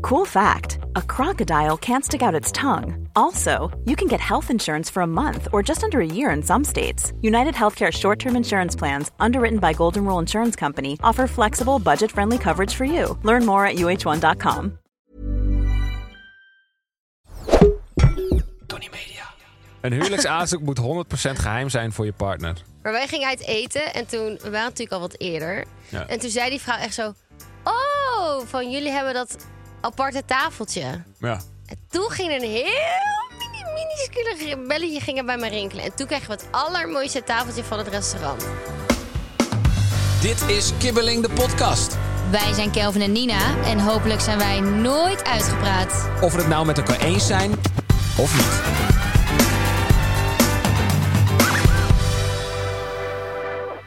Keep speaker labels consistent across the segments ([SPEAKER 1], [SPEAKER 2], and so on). [SPEAKER 1] Cool fact a crocodile can't stick out its tongue. Also, you can get health insurance for a month or just under a year in some states. United Healthcare short term insurance plans, underwritten by Golden Rule Insurance Company, offer flexible, budget friendly coverage for you. Learn more at uh1.com.
[SPEAKER 2] Tony Media.
[SPEAKER 3] Een huwelijksaanzoek moet 100% geheim zijn voor je partner.
[SPEAKER 4] Maar wij gingen uit eten en toen, we waren natuurlijk al wat eerder.
[SPEAKER 3] Ja.
[SPEAKER 4] En toen zei die vrouw echt zo, oh, van jullie hebben dat aparte tafeltje.
[SPEAKER 3] Ja.
[SPEAKER 4] En toen ging er een heel mini, minuscule belletje ging er bij me rinkelen. En toen kregen we het allermooiste tafeltje van het restaurant.
[SPEAKER 2] Dit is Kibbeling de podcast.
[SPEAKER 4] Wij zijn Kelvin en Nina en hopelijk zijn wij nooit uitgepraat.
[SPEAKER 2] Of we het nou met elkaar eens zijn of niet.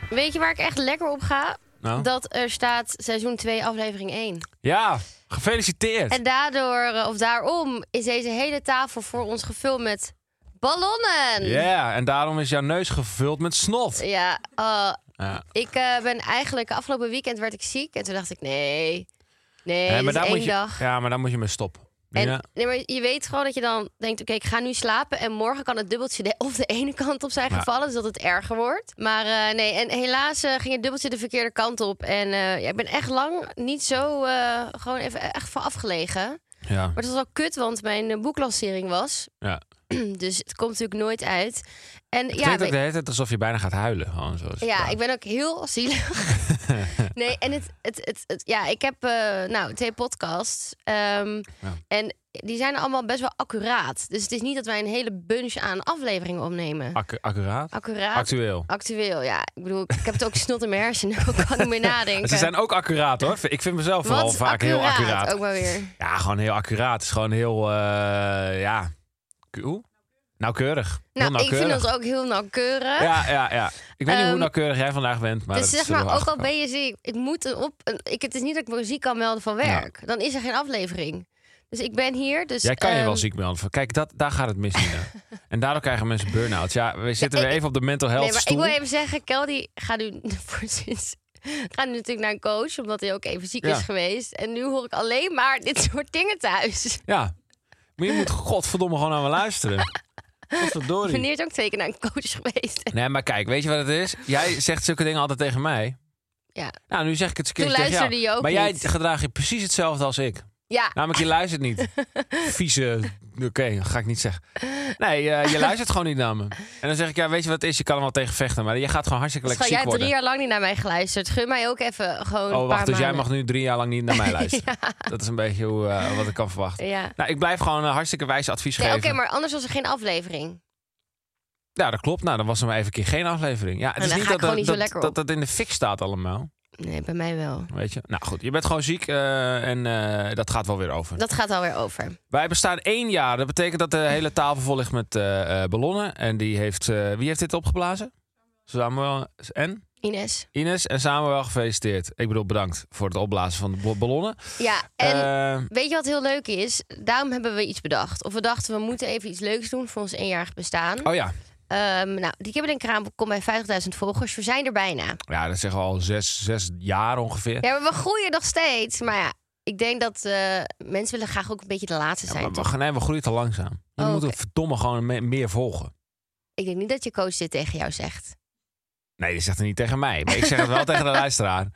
[SPEAKER 4] Weet je waar ik echt lekker op ga?
[SPEAKER 3] Nou.
[SPEAKER 4] Dat er staat seizoen 2, aflevering 1.
[SPEAKER 3] ja, gefeliciteerd.
[SPEAKER 4] En daardoor, eh, of daarom, is deze hele tafel voor ons gevuld met ballonnen.
[SPEAKER 3] Ja, en daarom is jouw neus gevuld met snot.
[SPEAKER 4] Ja, oh,
[SPEAKER 3] Ja.
[SPEAKER 4] ik eh, ben eigenlijk afgelopen weekend werd ik ziek en toen dacht ik nee, nee,
[SPEAKER 3] Hè,
[SPEAKER 4] dit is
[SPEAKER 3] daar
[SPEAKER 4] één
[SPEAKER 3] moet je,
[SPEAKER 4] dag.
[SPEAKER 3] Ja, maar daar moet je mee stoppen.
[SPEAKER 4] En
[SPEAKER 3] Ja.
[SPEAKER 4] nee, maar je weet gewoon dat je dan denkt, oké, ik ga nu slapen en morgen kan het dubbeltje de, of de ene kant op zijn
[SPEAKER 3] Ja.
[SPEAKER 4] gevallen, dus dat het erger wordt. Maar eh, nee, en helaas eh, ging het dubbeltje de verkeerde kant op en eh, ja, ik ben echt lang niet zo eh, gewoon even echt van afgelegen.
[SPEAKER 3] Ja,
[SPEAKER 4] Maar het was wel kut, want mijn eh, boeklancering was,
[SPEAKER 3] ja.
[SPEAKER 4] dus het komt natuurlijk nooit uit. En
[SPEAKER 3] Het
[SPEAKER 4] ja,
[SPEAKER 3] klinkt ook
[SPEAKER 4] we-
[SPEAKER 3] de hele tijd alsof je bijna gaat huilen. Gewoon, zoals
[SPEAKER 4] Ja, ik ben ook heel zielig. nee, en het, het, het, het- ja, ik heb eh, nou twee podcasts. ehm, En die zijn allemaal best wel accuraat. Dus het is niet dat wij een hele bunch aan afleveringen opnemen.
[SPEAKER 3] Accu- accuraat?
[SPEAKER 4] accuraat.
[SPEAKER 3] Actueel.
[SPEAKER 4] Actueel, ja. Ik bedoel, ik heb het ook snot in mijn hersenen. Ik kan niet meer nadenken.
[SPEAKER 3] Ze zijn ook accuraat hoor. Ik vind mezelf
[SPEAKER 4] Wat
[SPEAKER 3] vooral
[SPEAKER 4] is
[SPEAKER 3] vaak heel accuraat.
[SPEAKER 4] Ook wel weer.
[SPEAKER 3] Ja, gewoon heel accuraat. Het is gewoon heel, eh, ja, K- hoe? Nauwkeurig. heel
[SPEAKER 4] Nou, ik
[SPEAKER 3] nauwkeurig.
[SPEAKER 4] vind dat ook heel nauwkeurig.
[SPEAKER 3] Ja, ja, ja. Ik weet niet hoe
[SPEAKER 4] Ehm,
[SPEAKER 3] nauwkeurig jij vandaag bent, maar
[SPEAKER 4] dus
[SPEAKER 3] dat
[SPEAKER 4] zeg
[SPEAKER 3] zullen
[SPEAKER 4] maar,
[SPEAKER 3] we
[SPEAKER 4] ook al
[SPEAKER 3] achterkomen.
[SPEAKER 4] ben je ziek, ik moet een op. Een, ik, het is niet dat ik me ziek kan melden van werk. Dan is er geen aflevering. Dus ik ben hier. Dus,
[SPEAKER 3] Jij kan je wel
[SPEAKER 4] ehm,
[SPEAKER 3] ziek melden. Kijk, dat, daar gaat het mis in. en daardoor krijgen mensen burn-out. Ja, we zitten
[SPEAKER 4] ik-
[SPEAKER 3] weer even op de mental health
[SPEAKER 4] Nee, maar
[SPEAKER 3] stoel.
[SPEAKER 4] ik wil even zeggen, Kel die gaat nu voor sinds gaat nu natuurlijk naar een coach, omdat hij ook even ziek
[SPEAKER 3] Ja.
[SPEAKER 4] is geweest. En nu hoor ik alleen maar dit soort dingen thuis.
[SPEAKER 3] Ja. Maar je moet godverdomme gewoon aan me luisteren. Godverdorie.
[SPEAKER 4] Meneer is ook twee keer naar een coach geweest.
[SPEAKER 3] Nee, maar kijk, weet je wat het is? Jij zegt zulke dingen altijd tegen mij.
[SPEAKER 4] Ja,
[SPEAKER 3] Nou, nu zeg ik het een
[SPEAKER 4] Toen
[SPEAKER 3] keertje tegen jou.
[SPEAKER 4] luisterde je ook
[SPEAKER 3] maar jij
[SPEAKER 4] niet.
[SPEAKER 3] gedraag je precies hetzelfde als ik.
[SPEAKER 4] ja.
[SPEAKER 3] Namelijk, je luistert niet. Vieze. Oké, dat ga ik niet zeggen. Nee, eh, je luistert gewoon niet naar me. En dan zeg ik, ja, weet je wat het is? Je kan er wel tegen vechten, maar je gaat gewoon hartstikke
[SPEAKER 4] Dus
[SPEAKER 3] lekker
[SPEAKER 4] gewoon, jij
[SPEAKER 3] ziek
[SPEAKER 4] hebt drie
[SPEAKER 3] worden.
[SPEAKER 4] jaar lang niet naar mij geluisterd. Gun mij ook even gewoon
[SPEAKER 3] Oh,
[SPEAKER 4] een paar
[SPEAKER 3] wacht, dus jij mag
[SPEAKER 4] maanden.
[SPEAKER 3] nu drie jaar lang niet naar mij luisteren. Dat is een beetje hoe, eh, wat ik kan verwachten.
[SPEAKER 4] Ja.
[SPEAKER 3] Nou, ik blijf gewoon een hartstikke wijs advies
[SPEAKER 4] Nee, Oké,
[SPEAKER 3] geven.
[SPEAKER 4] maar anders was er geen aflevering.
[SPEAKER 3] Ja, dat klopt. Nou, dan was er maar even een keer geen aflevering. Ja, het
[SPEAKER 4] En
[SPEAKER 3] is
[SPEAKER 4] daar
[SPEAKER 3] niet
[SPEAKER 4] Nou, ga
[SPEAKER 3] dat
[SPEAKER 4] ik
[SPEAKER 3] dat,
[SPEAKER 4] gewoon niet zo
[SPEAKER 3] dat,
[SPEAKER 4] lekker
[SPEAKER 3] dat
[SPEAKER 4] op.
[SPEAKER 3] dat in de fik staat allemaal,
[SPEAKER 4] Nee, bij mij wel.
[SPEAKER 3] weet je. Nou goed, je bent gewoon ziek eh, en eh, dat gaat wel weer over.
[SPEAKER 4] Dat gaat alweer over.
[SPEAKER 3] Wij bestaan één jaar. Dat betekent dat de hele tafel vol ligt met eh, eh, ballonnen. En die heeft, eh, wie heeft dit opgeblazen? Samuel en
[SPEAKER 4] Ines.
[SPEAKER 3] Ines en Samuel gefeliciteerd. Ik bedoel, bedankt voor het opblazen van de bo- ballonnen.
[SPEAKER 4] Ja, en
[SPEAKER 3] Eh,
[SPEAKER 4] Weet je wat heel leuk is? Daarom hebben we iets bedacht. Of we dachten, we moeten even iets leuks doen voor ons eenjarig bestaan.
[SPEAKER 3] oh ja.
[SPEAKER 4] Ehm, nou, die hebben een kraam komt bij 50.000 volgers. We zijn er bijna.
[SPEAKER 3] ja, dat zeggen we al zes, zes jaar ongeveer.
[SPEAKER 4] Ja, maar we groeien nog steeds. Maar ja, ik denk dat eh, mensen willen graag ook een beetje de laatste
[SPEAKER 3] Ja,
[SPEAKER 4] zijn.
[SPEAKER 3] maar we,
[SPEAKER 4] toch?
[SPEAKER 3] gaan- nee, we groeien te langzaam. We
[SPEAKER 4] Oh,
[SPEAKER 3] moeten
[SPEAKER 4] oké.
[SPEAKER 3] verdomme gewoon me- meer volgen.
[SPEAKER 4] Ik denk niet dat je coach dit tegen jou zegt.
[SPEAKER 3] Nee, die zegt het niet tegen mij. Maar ik zeg het wel tegen de luisteraar.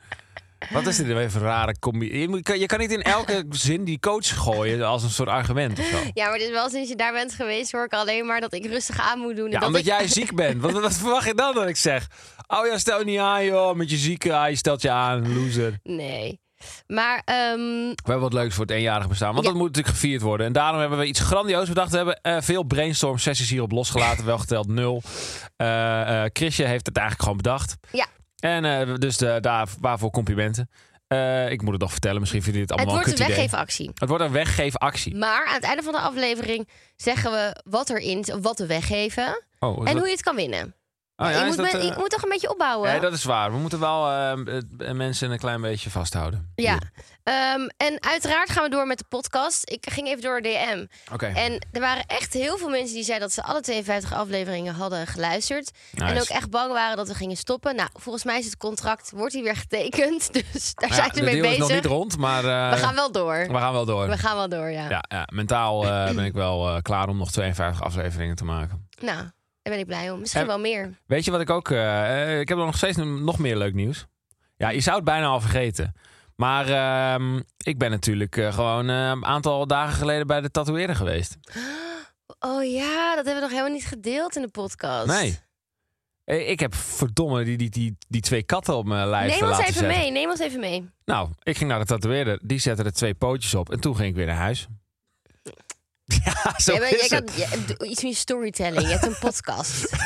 [SPEAKER 3] Wat is dit nou weer voor een rare combi? Je, moet- je kan- je kan niet in elke zin die coach gooien als een soort argument of zo.
[SPEAKER 4] Ja, maar dit is wel sinds je daar bent geweest, hoor ik alleen maar dat ik rustig aan moet doen. en
[SPEAKER 3] Ja,
[SPEAKER 4] dat
[SPEAKER 3] omdat
[SPEAKER 4] ik...
[SPEAKER 3] jij ziek bent. Wat, wat verwacht je dan dat ik zeg? Oh ja, stel je niet aan joh, met je zieke. Ah, je stelt je aan, loser.
[SPEAKER 4] Nee. Maar ehm,
[SPEAKER 3] We hebben wat leuks voor het eenjarig bestaan. Want
[SPEAKER 4] Ja.
[SPEAKER 3] dat moet natuurlijk gevierd worden. En daarom hebben we iets grandioos bedacht. We hebben eh, veel brainstorm sessies hierop losgelaten. wel geteld nul. Eh eh Chrisje heeft het eigenlijk gewoon bedacht.
[SPEAKER 4] Ja.
[SPEAKER 3] En eh, dus de, daar, waarvoor complimenten. Eh, ik moet het nog vertellen. Misschien vinden jullie het
[SPEAKER 4] het
[SPEAKER 3] allemaal
[SPEAKER 4] wordt
[SPEAKER 3] wel
[SPEAKER 4] een
[SPEAKER 3] een kut idee.
[SPEAKER 4] weggeefactie.
[SPEAKER 3] Het wordt een weggeefactie.
[SPEAKER 4] Maar aan het einde van de aflevering zeggen we wat erin, is, of wat we weggeven
[SPEAKER 3] Oh,
[SPEAKER 4] en
[SPEAKER 3] dat-
[SPEAKER 4] hoe je het kan winnen.
[SPEAKER 3] Oh,
[SPEAKER 4] je, moet
[SPEAKER 3] is dat,
[SPEAKER 4] me-
[SPEAKER 3] eh,
[SPEAKER 4] je moet toch een beetje opbouwen?
[SPEAKER 3] ja, dat is waar. We moeten wel eh, het- eh, mensen een klein beetje vasthouden.
[SPEAKER 4] Ja.
[SPEAKER 3] Hier.
[SPEAKER 4] Ehm, en uiteraard gaan we door met de podcast. Ik ging even door DM.
[SPEAKER 3] Oké.
[SPEAKER 4] En er waren echt heel veel mensen die zeiden dat ze alle 52 afleveringen hadden geluisterd. En
[SPEAKER 3] Nice.
[SPEAKER 4] ook echt bang waren dat we gingen stoppen. Nou, volgens mij is het contract, wordt hier weer getekend. Dus daar
[SPEAKER 3] Nou ja,
[SPEAKER 4] zijn we
[SPEAKER 3] de
[SPEAKER 4] mee
[SPEAKER 3] deal is nog
[SPEAKER 4] bezig.
[SPEAKER 3] niet rond, maar eh,
[SPEAKER 4] we gaan wel door.
[SPEAKER 3] we gaan wel door.
[SPEAKER 4] We gaan wel door, ja.
[SPEAKER 3] Ja, ja, mentaal eh, ben ik wel eh, klaar om nog 52 afleveringen te maken.
[SPEAKER 4] Nou, daar ben ik blij om. Misschien
[SPEAKER 3] En-
[SPEAKER 4] wel meer.
[SPEAKER 3] Weet je wat ik ook... eh, eh, ik heb nog steeds een- nog meer leuk nieuws. Ja, je zou het bijna al vergeten. Maar ehm, ik ben natuurlijk eh, gewoon eh, een aantal dagen geleden bij de tatoeëerder geweest.
[SPEAKER 4] Oh ja, dat hebben we nog helemaal niet gedeeld in de podcast.
[SPEAKER 3] Nee. Eh, Ik heb verdomme die, die, die, die twee katten op mijn lijf laten
[SPEAKER 4] Neem ons even
[SPEAKER 3] zetten.
[SPEAKER 4] mee, neem ons even mee.
[SPEAKER 3] Nou, ik ging naar de tatoeëerder. Die zette er twee pootjes op. En toen ging ik weer naar huis. Ja, zo
[SPEAKER 4] Jij bent-
[SPEAKER 3] is
[SPEAKER 4] jij
[SPEAKER 3] het.
[SPEAKER 4] kan- jij- doe iets meer storytelling, je hebt een podcast.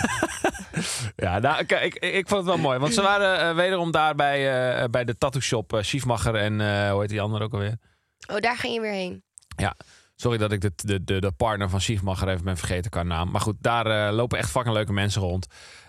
[SPEAKER 3] Ja, nou, ik, ik, ik vond het wel mooi. Want ze waren eh, wederom daar bij, eh, bij de tattoo shop. eh, Schiefmacher en eh, hoe heet die andere ook alweer?
[SPEAKER 4] Oh, daar ging je weer heen.
[SPEAKER 3] Ja, sorry dat ik de, de, de, de partner van Schiefmacher even ben vergeten qua naam. Maar goed, daar eh, lopen echt fucking leuke mensen rond.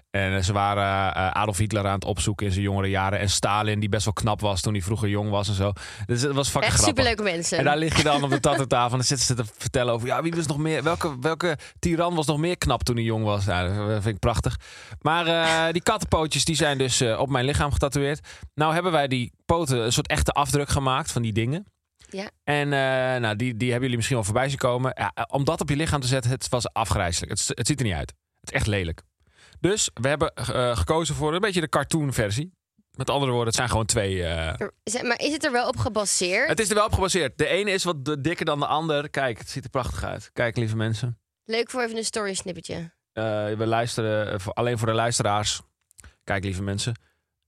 [SPEAKER 3] En eh, ze waren eh, Adolf Hitler aan het opzoeken in zijn jongere jaren. En Stalin, die best wel knap was toen hij vroeger jong was en zo. Dus het was fucking
[SPEAKER 4] Echt
[SPEAKER 3] grappig.
[SPEAKER 4] superleuke mensen.
[SPEAKER 3] En daar lig je dan op de tattoo-tafel en dan zitten ze te vertellen over... Ja, wie was nog meer... Welke, welke tiran was nog meer knap toen hij jong was? Nou, dat vind ik prachtig. Maar eh, die kattenpootjes die zijn dus eh, op mijn lichaam getatoeëerd. Nou hebben wij die poten een soort echte afdruk gemaakt van die dingen.
[SPEAKER 4] Ja.
[SPEAKER 3] En eh, nou, die, die hebben jullie misschien wel voorbij zien komen. Ja, eh, om dat op je lichaam te zetten, het was afgrijzelijk. Het, het ziet er niet uit. Het is echt lelijk. Dus we hebben eh, gekozen voor een beetje de cartoon versie. Met andere woorden, het zijn gewoon twee... eh,
[SPEAKER 4] Er- zeg Maar is het er wel op gebaseerd?
[SPEAKER 3] het is er wel op gebaseerd. De ene is wat d- dikker dan de ander. Kijk, het ziet er prachtig uit. Kijk, lieve mensen.
[SPEAKER 4] Leuk voor even een story snippetje.
[SPEAKER 3] Eh, we luisteren eh, voor- alleen voor de luisteraars. Kijk, lieve mensen.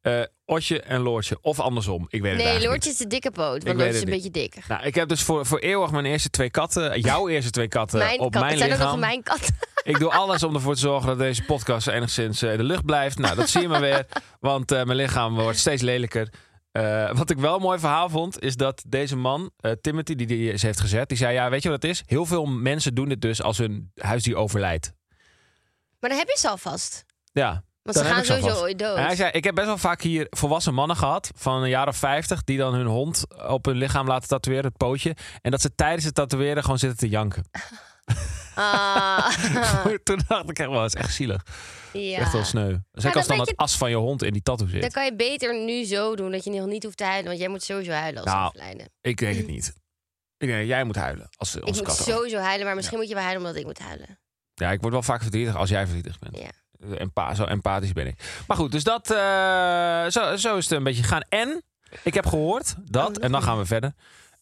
[SPEAKER 3] Eh, Otje en Loortje. Of andersom. Ik weet het
[SPEAKER 4] Nee,
[SPEAKER 3] eigenlijk
[SPEAKER 4] Loortje is de dikke poot,
[SPEAKER 3] weet
[SPEAKER 4] want Loortje is
[SPEAKER 3] het
[SPEAKER 4] een
[SPEAKER 3] niet.
[SPEAKER 4] beetje dik.
[SPEAKER 3] niet. Nou, ik heb dus voor, voor eeuwig mijn eerste twee katten, jouw eerste twee katten, op
[SPEAKER 4] kat-
[SPEAKER 3] mijn
[SPEAKER 4] het zijn ook
[SPEAKER 3] lichaam.
[SPEAKER 4] nog mijn katten.
[SPEAKER 3] Ik doe alles om ervoor te zorgen dat deze podcast enigszins eh, in de lucht blijft. Nou, dat zie je maar weer. Want eh, mijn lichaam wordt steeds lelijker. Eh, wat ik wel een mooi verhaal vond, is dat deze man, eh, Timothy, die die ze heeft gezet, die zei: Ja, weet je wat het is? Heel veel mensen doen dit dus als hun huisdier overlijdt.
[SPEAKER 4] Maar dan heb je ze alvast.
[SPEAKER 3] Ja.
[SPEAKER 4] Want
[SPEAKER 3] dan
[SPEAKER 4] ze
[SPEAKER 3] heb
[SPEAKER 4] gaan
[SPEAKER 3] ik ze
[SPEAKER 4] sowieso
[SPEAKER 3] alvast.
[SPEAKER 4] ooit dood.
[SPEAKER 3] En hij zei: Ik heb best wel vaak hier volwassen mannen gehad, van een jaar of 50, die dan hun hond op hun lichaam laten tatoeëren, het pootje. En dat ze tijdens het tatoeëren gewoon zitten te janken.
[SPEAKER 4] Ah,
[SPEAKER 3] Toen dacht ik echt wel, het is echt zielig.
[SPEAKER 4] ja.
[SPEAKER 3] Echt wel sneu. Zij kan
[SPEAKER 4] dan
[SPEAKER 3] dan
[SPEAKER 4] weet
[SPEAKER 3] het
[SPEAKER 4] je-
[SPEAKER 3] as van je hond in die tattoo zitten.
[SPEAKER 4] Dan kan je beter nu zo doen dat je nog niet hoeft te huilen. Want jij moet sowieso huilen als
[SPEAKER 3] Nou,
[SPEAKER 4] nou, afleiden.
[SPEAKER 3] Ik denk het niet. Ik denk dat jij moet huilen als
[SPEAKER 4] Ik
[SPEAKER 3] onze
[SPEAKER 4] moet
[SPEAKER 3] kat.
[SPEAKER 4] sowieso huilen, maar misschien moet je wel huilen omdat ik moet huilen.
[SPEAKER 3] Ja, ik word wel vaak verdrietig als jij verdrietig bent. Eh,
[SPEAKER 4] Ja.
[SPEAKER 3] Empa zo empathisch ben ik. Maar goed, dus dat, eh, zo, zo is het een beetje gegaan. En ik heb gehoord
[SPEAKER 4] Oh,
[SPEAKER 3] dat, en dan gaan we verder,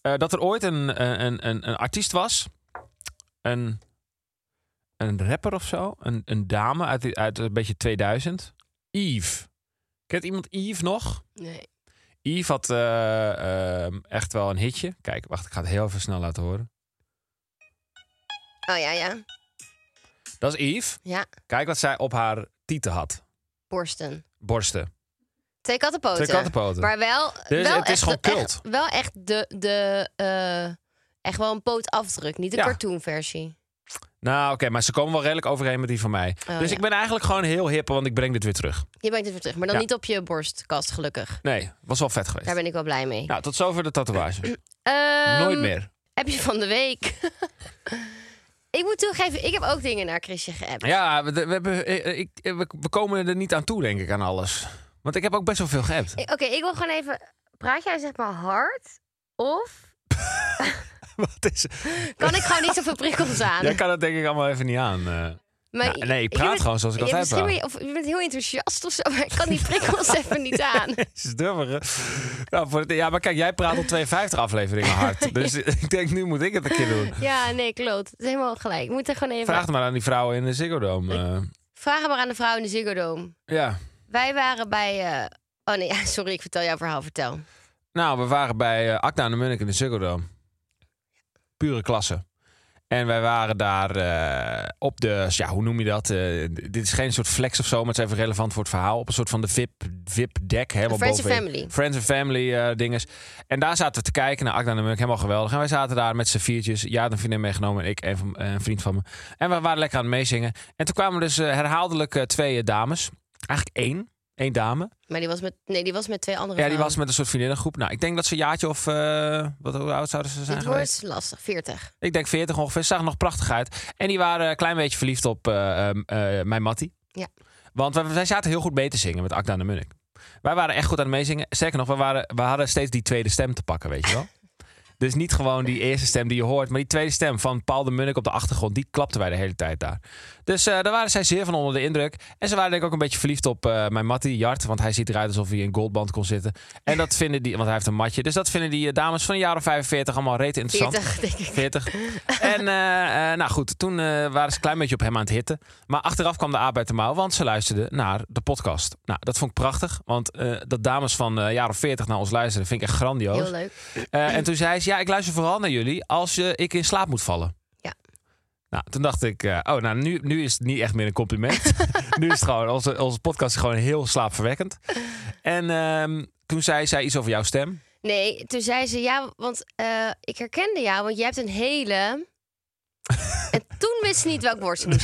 [SPEAKER 3] eh, dat er ooit een, een, een, een artiest was, een, een rapper of zo, een, een dame uit, die- uit een beetje 2000, Eve. Kent iemand Eve nog?
[SPEAKER 4] Nee.
[SPEAKER 3] Yves had eh, ehm, echt wel een hitje. Kijk, wacht, ik ga het heel even snel laten horen.
[SPEAKER 4] Oh ja, ja.
[SPEAKER 3] Dat is Yves.
[SPEAKER 4] Ja,
[SPEAKER 3] Kijk wat zij op haar tieten had.
[SPEAKER 4] borsten.
[SPEAKER 3] Borsten.
[SPEAKER 4] Twee kattenpoten.
[SPEAKER 3] Twee kattenpoten.
[SPEAKER 4] Maar wel,
[SPEAKER 3] Dus
[SPEAKER 4] wel
[SPEAKER 3] het is
[SPEAKER 4] echt,
[SPEAKER 3] gewoon
[SPEAKER 4] echt-
[SPEAKER 3] cult.
[SPEAKER 4] wel echt de, de eh, echt wel een pootafdruk, niet de
[SPEAKER 3] Ja.
[SPEAKER 4] cartoonversie.
[SPEAKER 3] Nou, oké, maar ze komen wel redelijk overeen met die van mij.
[SPEAKER 4] Oh,
[SPEAKER 3] dus
[SPEAKER 4] ja.
[SPEAKER 3] ik ben eigenlijk gewoon heel hip, want ik breng dit weer terug.
[SPEAKER 4] Je brengt het weer terug, maar dan
[SPEAKER 3] Ja.
[SPEAKER 4] niet op je borstkast, gelukkig.
[SPEAKER 3] Nee, was wel vet geweest.
[SPEAKER 4] Daar ben ik wel blij mee.
[SPEAKER 3] Nou, tot zover de tatoeage.
[SPEAKER 4] Ehm,
[SPEAKER 3] Nooit meer.
[SPEAKER 4] Heb je van de week? ik moet toegeven, ik heb ook dingen naar Chrisje geappt.
[SPEAKER 3] Ja, we, we, hebben, eh, ik, eh, we, we komen er niet aan toe, denk ik, aan alles. Want ik heb ook best wel veel geappt.
[SPEAKER 4] Ik- Oké, ik wil gewoon even... Praat jij zeg maar hard? Of
[SPEAKER 3] Wat is...
[SPEAKER 4] kan ik gewoon niet zoveel prikkels aan?
[SPEAKER 3] Jij kan dat denk ik allemaal even niet aan. eh.
[SPEAKER 4] Maar
[SPEAKER 3] Nou, nee, ik
[SPEAKER 4] je
[SPEAKER 3] praat
[SPEAKER 4] bent-
[SPEAKER 3] gewoon zoals ik
[SPEAKER 4] je-
[SPEAKER 3] altijd
[SPEAKER 4] misschien
[SPEAKER 3] praat.
[SPEAKER 4] ben je- of je bent heel enthousiast of zo, maar ik kan die prikkels even niet aan.
[SPEAKER 3] Het is durver, nou, voor het, ja, maar kijk, jij praat al 52 afleveringen hard. Dus ik denk, nu moet ik het een keer doen.
[SPEAKER 4] Ja, nee, klopt. Het is helemaal gelijk. Ik moet er gewoon even...
[SPEAKER 3] Vraag het maar aan die vrouwen in de Ziggo Dome. eh.
[SPEAKER 4] Vraag het maar aan de vrouw in de Ziggo Dome.
[SPEAKER 3] ja.
[SPEAKER 4] Wij waren bij... eh, Oh nee, ja, sorry, ik vertel jouw verhaal. Vertel.
[SPEAKER 3] Nou, we waren bij eh Acta en de Munnik in de Ziggo Dome. Pure klasse. En wij waren daar eh, op de, ja, hoe noem je dat? Eh, d- dit is geen soort flex of zo, maar het is even relevant voor het verhaal. Op een soort van de VIP, VIP deck. Hè,
[SPEAKER 4] Friends and Family.
[SPEAKER 3] Friends and Family eh dinges. En daar zaten we te kijken naar Akda en Munk. Helemaal geweldig. En wij zaten daar met z'n viertjes. Ja, een vriendin meegenomen en ik en van- eh, een vriend van me. En we waren lekker aan het meezingen. En toen kwamen dus eh, herhaaldelijk eh, twee eh, dames. Eigenlijk één. Eén dame.
[SPEAKER 4] Maar die was met, nee, die was met twee andere
[SPEAKER 3] Ja, die was
[SPEAKER 4] vrouwen.
[SPEAKER 3] met een soort vriendinnengroep. Nou, ik denk dat ze een jaartje of... eh, wat, hoe oud zouden ze zijn
[SPEAKER 4] Dit
[SPEAKER 3] geweest?
[SPEAKER 4] wordt lastig, 40.
[SPEAKER 3] Ik denk 40 ongeveer. Ze zag er nog prachtig uit. En die waren een klein beetje verliefd op eh, eh, eh, mijn Mattie.
[SPEAKER 4] Ja.
[SPEAKER 3] Want wij, wij zaten heel goed mee te zingen met Akda en de Munnik. Wij waren echt goed aan het meezingen. Sterker nog, we, waren, we hadden steeds die tweede stem te pakken, weet je wel. dus niet gewoon die eerste stem die je hoort, maar die tweede stem van Paul de Munnik op de achtergrond. Die klapten wij de hele tijd daar. Dus eh, daar waren zij zeer van onder de indruk. En ze waren denk ik ook een beetje verliefd op eh, mijn Mattie, Jart. Want hij ziet eruit alsof hij in goldband kon zitten. En dat vinden die, want hij heeft een matje. Dus dat vinden die eh, dames van een jaar of 45 allemaal rete interessant.
[SPEAKER 4] 40, denk ik.
[SPEAKER 3] 40. En eh, eh, nou goed, toen eh, waren ze een klein beetje op hem aan het hitten. Maar achteraf kwam de aap uit de mouw, want ze luisterde naar de podcast. Nou, dat vond ik prachtig, want eh, dat dames van eh jaar of 40 naar ons luisteren vind ik echt grandioos.
[SPEAKER 4] Heel leuk.
[SPEAKER 3] Eh, en toen zei ze, ja, ik luister vooral naar jullie als je ik in slaap moet vallen.
[SPEAKER 4] Ja.
[SPEAKER 3] Nou, toen dacht ik, eh, oh, nou, nu, nu is het niet echt meer een compliment. nu is het gewoon, onze, onze podcast is gewoon heel slaapverwekkend. En ehm, toen zei zij iets over jouw stem.
[SPEAKER 4] Nee, toen zei ze ja, want eh, ik herkende jou, want je hebt een hele. en toen wist ze niet welk woord ze moest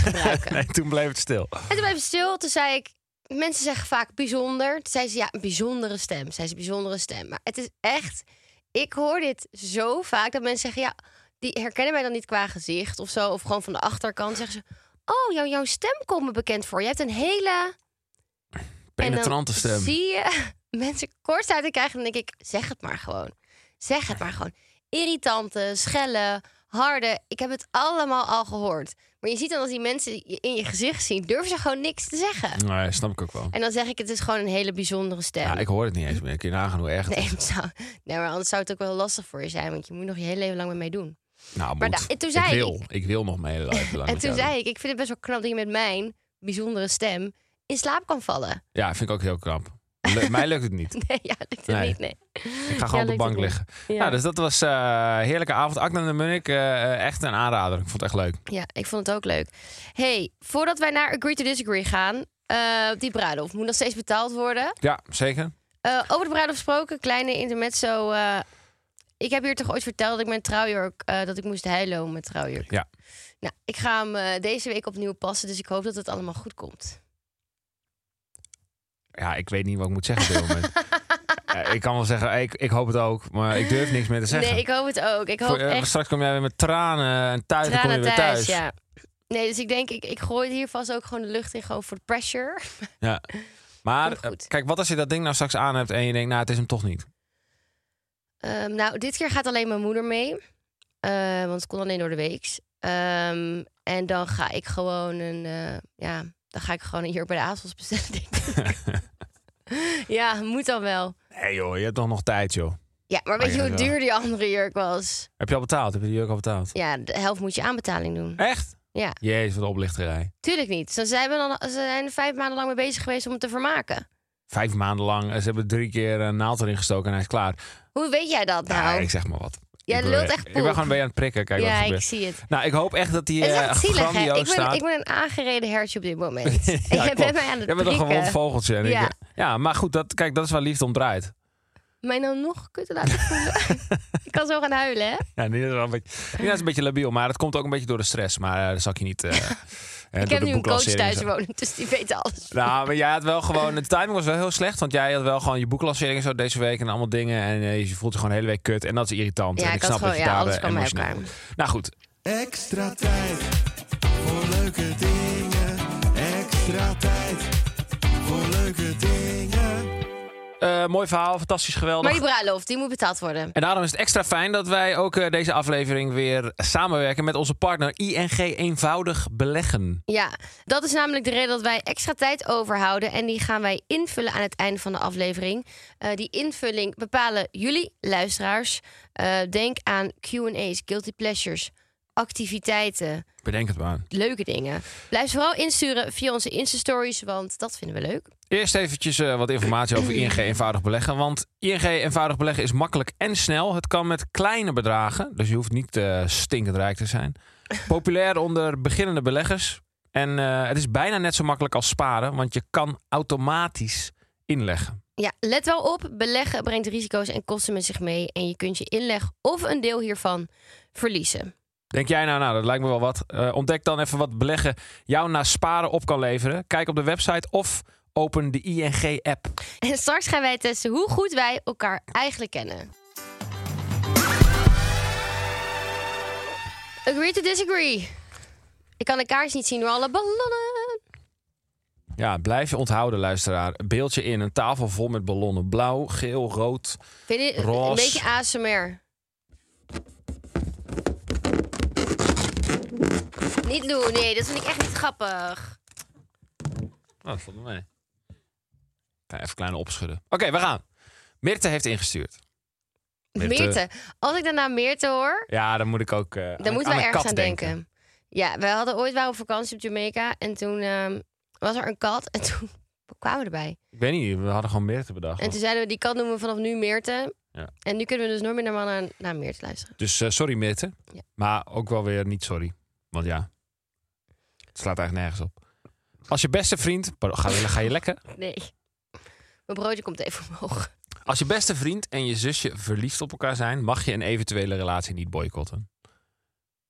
[SPEAKER 4] gebruiken.
[SPEAKER 3] Nee, toen bleef het stil.
[SPEAKER 4] En eh, toen bleef ze stil. Toen zei ik, mensen zeggen vaak bijzonder. Toen zei ze ja, een bijzondere stem. Zei ze bijzondere stem. Maar het is echt, ik hoor dit zo vaak dat mensen zeggen ja, die herkennen mij dan niet qua gezicht of zo, of gewoon van de achterkant zeggen ze. Oh, jouw, jouw stem komt me bekend voor. Je hebt een hele. En dan
[SPEAKER 3] Penetrante stem.
[SPEAKER 4] Zie je mensen kort uit krijgen, dan denk ik: zeg het maar gewoon. Zeg het maar gewoon. Irritante, schelle, harde. Ik heb het allemaal al gehoord. Maar je ziet dan als die mensen je in je gezicht zien, durven ze gewoon niks te zeggen.
[SPEAKER 3] Nee, snap ik ook wel.
[SPEAKER 4] En dan zeg ik: het is gewoon een hele bijzondere stem.
[SPEAKER 3] Ja, ik hoor het niet eens meer. Kun je nagaan hoe erg het
[SPEAKER 4] Nee,
[SPEAKER 3] is.
[SPEAKER 4] het zou- nee, maar anders zou het ook wel lastig voor je zijn, want je moet nog je hele leven lang met mij doen.
[SPEAKER 3] Nou,
[SPEAKER 4] Maar
[SPEAKER 3] moet.
[SPEAKER 4] da- en toen zei
[SPEAKER 3] ik wil,
[SPEAKER 4] ik-
[SPEAKER 3] ik... wil nog mijn hele leven lang
[SPEAKER 4] en
[SPEAKER 3] met
[SPEAKER 4] toen
[SPEAKER 3] jou doen.
[SPEAKER 4] zei ik: ik vind het best wel knap dat je met mijn bijzondere stem in slaap kan vallen.
[SPEAKER 3] Ja, vind ik ook heel knap. Le- mij lukt het niet.
[SPEAKER 4] Nee, ja, dat lukt
[SPEAKER 3] Nee.
[SPEAKER 4] niet. Nee.
[SPEAKER 3] Ik ga gewoon op de
[SPEAKER 4] lukt het
[SPEAKER 3] bank
[SPEAKER 4] niet.
[SPEAKER 3] liggen.
[SPEAKER 4] Ja.
[SPEAKER 3] Nou, dus dat was eh heerlijke avond. Akna en de Munnik, eh, eh, echt een aanrader. Ik vond het echt leuk.
[SPEAKER 4] Ja, ik vond het ook leuk. hey, voordat wij naar Agree to Disagree gaan... eh, die bruiloft moet nog steeds betaald worden.
[SPEAKER 3] Ja, zeker.
[SPEAKER 4] Eh, over de bruiloft gesproken, kleine intermezzo. eh ik heb hier toch ooit verteld dat ik mijn trouwjurk... eh, dat ik moest heilen om mijn trouwjurk.
[SPEAKER 3] Ja.
[SPEAKER 4] Nou, ik ga hem eh, deze week opnieuw passen, dus ik hoop dat het allemaal goed komt.
[SPEAKER 3] Ja, ik weet niet wat ik moet zeggen op dit moment. Eh, ik kan wel zeggen, ik, ik hoop het ook. Maar ik durf niks meer te zeggen.
[SPEAKER 4] Nee, ik hoop het ook. Ik hoop
[SPEAKER 3] Voor- eh,
[SPEAKER 4] echt
[SPEAKER 3] Straks kom jij weer met tranen en tuiten kom je
[SPEAKER 4] tranen
[SPEAKER 3] weer
[SPEAKER 4] thuis.
[SPEAKER 3] thuis.
[SPEAKER 4] Ja. Nee, dus ik denk, ik, ik gooi het hier vast ook gewoon de lucht in, gewoon voor de pressure.
[SPEAKER 3] Ja. Maar
[SPEAKER 4] Komt goed.
[SPEAKER 3] eh, kijk, wat als je dat ding nou straks aan hebt en je denkt, nou, het is hem toch niet.
[SPEAKER 4] Ehm, nou, dit keer gaat alleen mijn moeder mee. Eh, want het kon alleen door de weeks. Ehm, en dan ga ik gewoon een... eh, ja, dan ga ik gewoon een jurk bij de ASOS bestellen, denk ik. ja, moet dan wel.
[SPEAKER 3] Nee joh, je hebt toch nog tijd joh.
[SPEAKER 4] Ja, maar weet
[SPEAKER 3] Oh,
[SPEAKER 4] je
[SPEAKER 3] ja, ja.
[SPEAKER 4] hoe duur die andere jurk was?
[SPEAKER 3] Heb je al betaald? Heb je de jurk al betaald?
[SPEAKER 4] Ja, de helft moet je aanbetaling doen.
[SPEAKER 3] Echt?
[SPEAKER 4] Ja,
[SPEAKER 3] Jezus, wat een oplichterij.
[SPEAKER 4] tuurlijk niet. Ze zijn, we dan, ze zijn er vijf maanden lang mee bezig geweest om het te vermaken.
[SPEAKER 3] Vijf maanden lang. eh, Ze hebben drie keer een naald erin gestoken en hij is klaar.
[SPEAKER 4] Hoe weet jij dat nou?
[SPEAKER 3] Nou, ik zeg maar wat.
[SPEAKER 4] Jij
[SPEAKER 3] Ik ben-
[SPEAKER 4] lult echt
[SPEAKER 3] Ik
[SPEAKER 4] poep.
[SPEAKER 3] ben gewoon bij aan het prikken. Kijk wat
[SPEAKER 4] ja,
[SPEAKER 3] er
[SPEAKER 4] ik
[SPEAKER 3] gebeurt.
[SPEAKER 4] zie het.
[SPEAKER 3] Nou, ik hoop echt dat die
[SPEAKER 4] Het is
[SPEAKER 3] eh
[SPEAKER 4] echt zielig, hè?
[SPEAKER 3] grandioos
[SPEAKER 4] Ik ben,
[SPEAKER 3] staat.
[SPEAKER 4] ik ben een aangereden hertje op dit moment.
[SPEAKER 3] Ja,
[SPEAKER 4] ik ben
[SPEAKER 3] klopt.
[SPEAKER 4] mij
[SPEAKER 3] Jij
[SPEAKER 4] aan het
[SPEAKER 3] bent een
[SPEAKER 4] prikken.
[SPEAKER 3] gewoon vogeltje. En ik- eh,
[SPEAKER 4] Ja.
[SPEAKER 3] ja, maar goed, dat, kijk, dat is waar liefde om draait.
[SPEAKER 4] mij nou nog kut te laten voelen. ik kan zo gaan huilen, hè?
[SPEAKER 3] Ja, Nina is, wel een beetje, Nina is een beetje labiel, maar dat komt ook een beetje door de stress. Maar eh, dat zal ik je niet... eh, eh, door
[SPEAKER 4] ik
[SPEAKER 3] de
[SPEAKER 4] heb nu een coach
[SPEAKER 3] boeklancering
[SPEAKER 4] thuis
[SPEAKER 3] zo-
[SPEAKER 4] wonen, dus die weet alles.
[SPEAKER 3] Nou, maar jij had wel gewoon... De timing was wel heel slecht. Want jij had wel gewoon je boeklancering en zo deze week. En allemaal dingen. En eh, je voelt je gewoon de hele week kut. En dat is irritant.
[SPEAKER 4] Ja,
[SPEAKER 3] en ik,
[SPEAKER 4] ik had
[SPEAKER 3] snap dat
[SPEAKER 4] gewoon-
[SPEAKER 3] je
[SPEAKER 4] ja,
[SPEAKER 3] daar
[SPEAKER 4] alles
[SPEAKER 3] eh,
[SPEAKER 4] kwam bij
[SPEAKER 3] emotioneel
[SPEAKER 4] elkaar.
[SPEAKER 3] wordt. Nou goed.
[SPEAKER 5] Extra tijd voor leuke dingen. Extra tijd voor leuke dingen.
[SPEAKER 3] eh, mooi verhaal. Fantastisch geweldig.
[SPEAKER 4] Maar die bruiloft, die moet betaald worden.
[SPEAKER 3] En daarom is het extra fijn dat wij ook eh, deze aflevering weer samenwerken met onze partner ING Eenvoudig Beleggen.
[SPEAKER 4] Ja, dat is namelijk de reden dat wij extra tijd overhouden. En die gaan wij invullen aan het einde van de aflevering. Eh, die invulling bepalen jullie luisteraars. Eh, denk aan QA's, Guilty Pleasures, activiteiten,
[SPEAKER 3] Bedenk het maar.
[SPEAKER 4] leuke dingen. Blijf ze vooral insturen via onze Insta-stories, want dat vinden we leuk.
[SPEAKER 3] Eerst eventjes eh, wat informatie over ING eenvoudig beleggen. Want ING eenvoudig beleggen is makkelijk en snel. Het kan met kleine bedragen, dus je hoeft niet eh, stinkend rijk te zijn. Populair onder beginnende beleggers. En eh, het is bijna net zo makkelijk als sparen, want je kan automatisch inleggen.
[SPEAKER 4] Ja, let wel op, beleggen brengt risico's en kosten met zich mee en je kunt je inleg of een deel hiervan verliezen.
[SPEAKER 3] Denk jij nou, nou, dat lijkt me wel wat. Eh, ontdek dan even wat beleggen jou na sparen op kan leveren. Kijk op de website of open de ING-app.
[SPEAKER 4] En straks gaan wij testen hoe goed wij elkaar eigenlijk kennen. Agree to disagree. Ik kan de kaars niet zien door alle ballonnen.
[SPEAKER 3] Ja, blijf je onthouden, luisteraar. Een Beeldje in, een tafel vol met ballonnen. Blauw, geel, rood.
[SPEAKER 4] Vind je
[SPEAKER 3] Roze.
[SPEAKER 4] een beetje ASMR? Niet doen, nee, dat vind ik echt niet grappig.
[SPEAKER 3] Oh, dat valt me mee. Kan even klein opschudden. Oké, we gaan. Mirte heeft ingestuurd. Meerte.
[SPEAKER 4] Meerte. Als ik daarna Meerte hoor,
[SPEAKER 3] Ja, dan moet ik ook eh
[SPEAKER 4] dan moeten we ergens aan denken. Ja, wij hadden ooit wel op vakantie op Jamaica en toen ehm, was er een kat en toen kwamen we erbij.
[SPEAKER 3] Ik weet niet, we hadden gewoon Mirte bedacht.
[SPEAKER 4] En toen zeiden we, die kat noemen we vanaf nu Meerte.
[SPEAKER 3] Ja.
[SPEAKER 4] En nu kunnen we dus nooit meer naar, mannen- naar Meerte luisteren.
[SPEAKER 3] Dus eh, sorry Mirte,
[SPEAKER 4] Ja.
[SPEAKER 3] maar ook wel weer niet sorry. Want ja, het slaat eigenlijk nergens op. Als je beste vriend... Pardon, ga, je- ga je lekker?
[SPEAKER 4] Nee. Mijn broodje komt even omhoog.
[SPEAKER 3] Als je beste vriend en je zusje verliefd op elkaar zijn... mag je een eventuele relatie niet boycotten.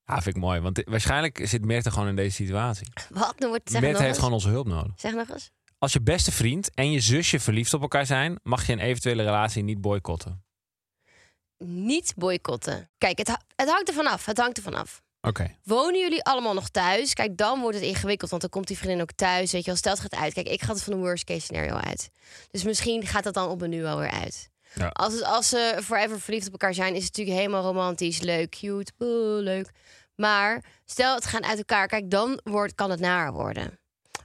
[SPEAKER 3] Ja, vind ik mooi. Want dit- waarschijnlijk zit Mirte gewoon in deze situatie.
[SPEAKER 4] Wat? Dan wordt zeg nog
[SPEAKER 3] Mirte heeft
[SPEAKER 4] eens.
[SPEAKER 3] gewoon onze hulp nodig.
[SPEAKER 4] Zeg nog eens.
[SPEAKER 3] Als je beste vriend en je zusje verliefd op elkaar zijn, mag je een eventuele relatie niet boycotten.
[SPEAKER 4] Niet boycotten. Kijk, het, ha- het hangt er vanaf. Het hangt er vanaf.
[SPEAKER 3] Oké.
[SPEAKER 4] Wonen jullie allemaal nog thuis? Kijk, dan wordt het ingewikkeld, want dan komt die vriendin ook thuis. Weet je wel, stel het gaat uit. Kijk, ik ga het van de worst case scenario uit. Dus misschien gaat dat dan op een nu alweer uit.
[SPEAKER 3] Ja.
[SPEAKER 4] Als, het, als ze forever verliefd op elkaar zijn, is het natuurlijk helemaal romantisch. Leuk, cute, boe, leuk. Maar stel het gaan uit elkaar. Kijk, dan wordt, kan het naar worden.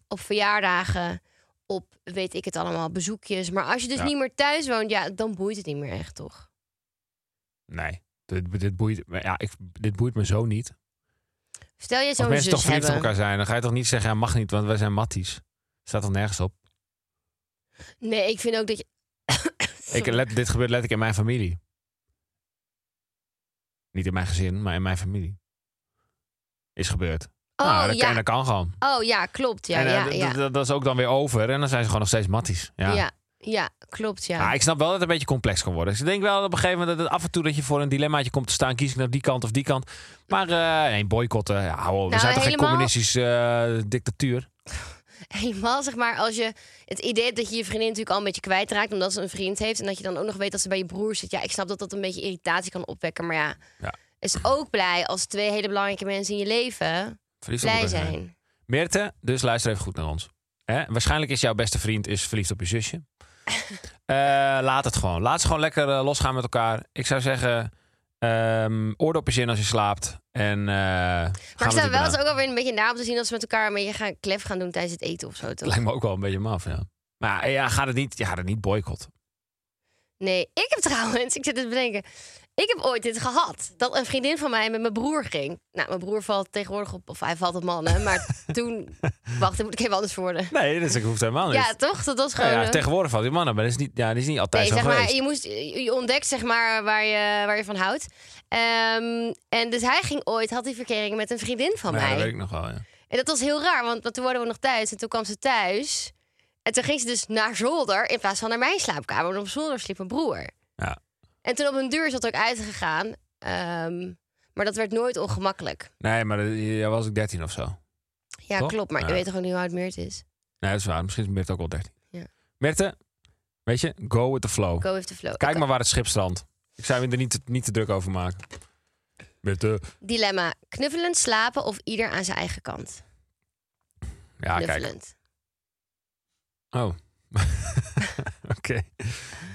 [SPEAKER 4] Op verjaardagen, op weet ik het allemaal, bezoekjes. Maar als je dus
[SPEAKER 3] Ja.
[SPEAKER 4] niet meer thuis woont, ja, dan boeit het niet meer echt, toch?
[SPEAKER 3] Nee. Dit, dit, boeit, maar ja, ik, dit boeit me zo niet.
[SPEAKER 4] Stel je
[SPEAKER 3] Als
[SPEAKER 4] zo'n
[SPEAKER 3] mensen toch
[SPEAKER 4] zus
[SPEAKER 3] verliefd
[SPEAKER 4] hebben.
[SPEAKER 3] op elkaar zijn, dan ga je toch niet zeggen, ja, mag niet, want wij zijn matties. Staat toch nergens op?
[SPEAKER 4] Nee, ik vind ook dat je...
[SPEAKER 3] Ik,
[SPEAKER 4] Sorry.
[SPEAKER 3] let, dit gebeurt letterlijk in mijn familie. Niet in mijn gezin, maar in mijn familie. Is gebeurd.
[SPEAKER 4] Oh,
[SPEAKER 3] nou, dat,
[SPEAKER 4] ja.
[SPEAKER 3] kan, dat kan gewoon.
[SPEAKER 4] Oh ja, klopt. Ja,
[SPEAKER 3] en eh,
[SPEAKER 4] ja,
[SPEAKER 3] d- d-
[SPEAKER 4] ja.
[SPEAKER 3] d- dat is ook dan weer over. En dan zijn ze gewoon nog steeds matties.
[SPEAKER 4] ja. ja, klopt. Ja.
[SPEAKER 3] Ja, Ah, ik snap wel dat het een beetje complex kan worden. Dus ik denk wel op een gegeven moment dat het af en toe dat je voor een dilemmaatje komt te staan. Kies ik naar die kant of die kant. Maar eh, nee, boycotten. Ja, hou op. we
[SPEAKER 4] Nou,
[SPEAKER 3] zijn toch geen
[SPEAKER 4] helemaal-
[SPEAKER 3] communistische eh, dictatuur?
[SPEAKER 4] Helemaal zeg maar als je het idee hebt dat je je vriendin natuurlijk al een beetje kwijtraakt omdat ze een vriend heeft en dat je dan ook nog weet dat ze bij je broer zit. Ja, ik snap dat dat een beetje irritatie kan opwekken, maar ja.
[SPEAKER 3] Ja.
[SPEAKER 4] Is ook blij als twee hele belangrijke mensen in je leven
[SPEAKER 3] Verliefd op
[SPEAKER 4] blij
[SPEAKER 3] elkaar
[SPEAKER 4] zijn.
[SPEAKER 3] Meerte, dus luister even goed naar ons. Hè? Waarschijnlijk is jouw beste vriend is verliefd op je zusje. Eh, laat het gewoon. Laat ze gewoon lekker eh, losgaan met elkaar. Ik zou zeggen, ehm oordopjes in als je slaapt. En, eh,
[SPEAKER 4] Maar
[SPEAKER 3] ik
[SPEAKER 4] ik sta wel eens ook alweer een beetje na om te zien dat ze met elkaar een beetje gaan klef gaan doen tijdens het eten of zo. Toch?
[SPEAKER 3] Lijkt me ook wel een beetje maf, ja. Maar ja, ga het niet, ja, dat niet boycotten.
[SPEAKER 4] Nee, ik heb trouwens, ik zit het te bedenken. Ik heb ooit dit gehad. Dat een vriendin van mij met mijn broer ging. Nou, mijn broer valt tegenwoordig op, of hij valt op mannen. Maar toen, wacht, daar moet ik even anders voor worden.
[SPEAKER 3] Nee, dat hoeft helemaal niet.
[SPEAKER 4] Ja, toch? Dat was
[SPEAKER 3] Ja,
[SPEAKER 4] gewoon...
[SPEAKER 3] ja,
[SPEAKER 4] eh,
[SPEAKER 3] tegenwoordig valt die mannen, maar dat is niet, ja, dat is niet altijd
[SPEAKER 4] nee,
[SPEAKER 3] zo
[SPEAKER 4] zeg
[SPEAKER 3] geweest.
[SPEAKER 4] maar, je, moest, je je ontdekt zeg maar waar je, waar je van houdt. Ehm, en dus hij ging ooit, had die verkering met een vriendin van
[SPEAKER 3] Nou Ja,
[SPEAKER 4] mij.
[SPEAKER 3] dat weet ik nog wel, ja.
[SPEAKER 4] En dat was heel raar, want, want toen worden we nog thuis. En toen kwam ze thuis. En toen ging ze dus naar zolder in plaats van naar mijn slaapkamer. Want op zolder sliep mijn broer.
[SPEAKER 3] Ja.
[SPEAKER 4] En toen op een duur is dat ook uitgegaan. Ehm, maar dat werd nooit ongemakkelijk.
[SPEAKER 3] Nee, maar dat- jij was ook 13 of zo.
[SPEAKER 4] Ja,
[SPEAKER 3] Toch?
[SPEAKER 4] klopt. Maar
[SPEAKER 3] Ja.
[SPEAKER 4] je weet toch ook niet hoe oud Meert is?
[SPEAKER 3] Nee, dat is waar. Misschien is Mirte ook wel 13.
[SPEAKER 4] Ja.
[SPEAKER 3] Mirte, weet je, go with the flow.
[SPEAKER 4] Go with the flow.
[SPEAKER 3] Kijk
[SPEAKER 4] Oké.
[SPEAKER 3] maar waar het schip strandt. Ik zou je er niet, te- niet te druk over maken. Mirte.
[SPEAKER 4] Dilemma. Knuffelend slapen of ieder aan zijn eigen kant?
[SPEAKER 3] Ja, Ah, kijk.
[SPEAKER 4] Knuffelend.
[SPEAKER 3] Oh. Oké.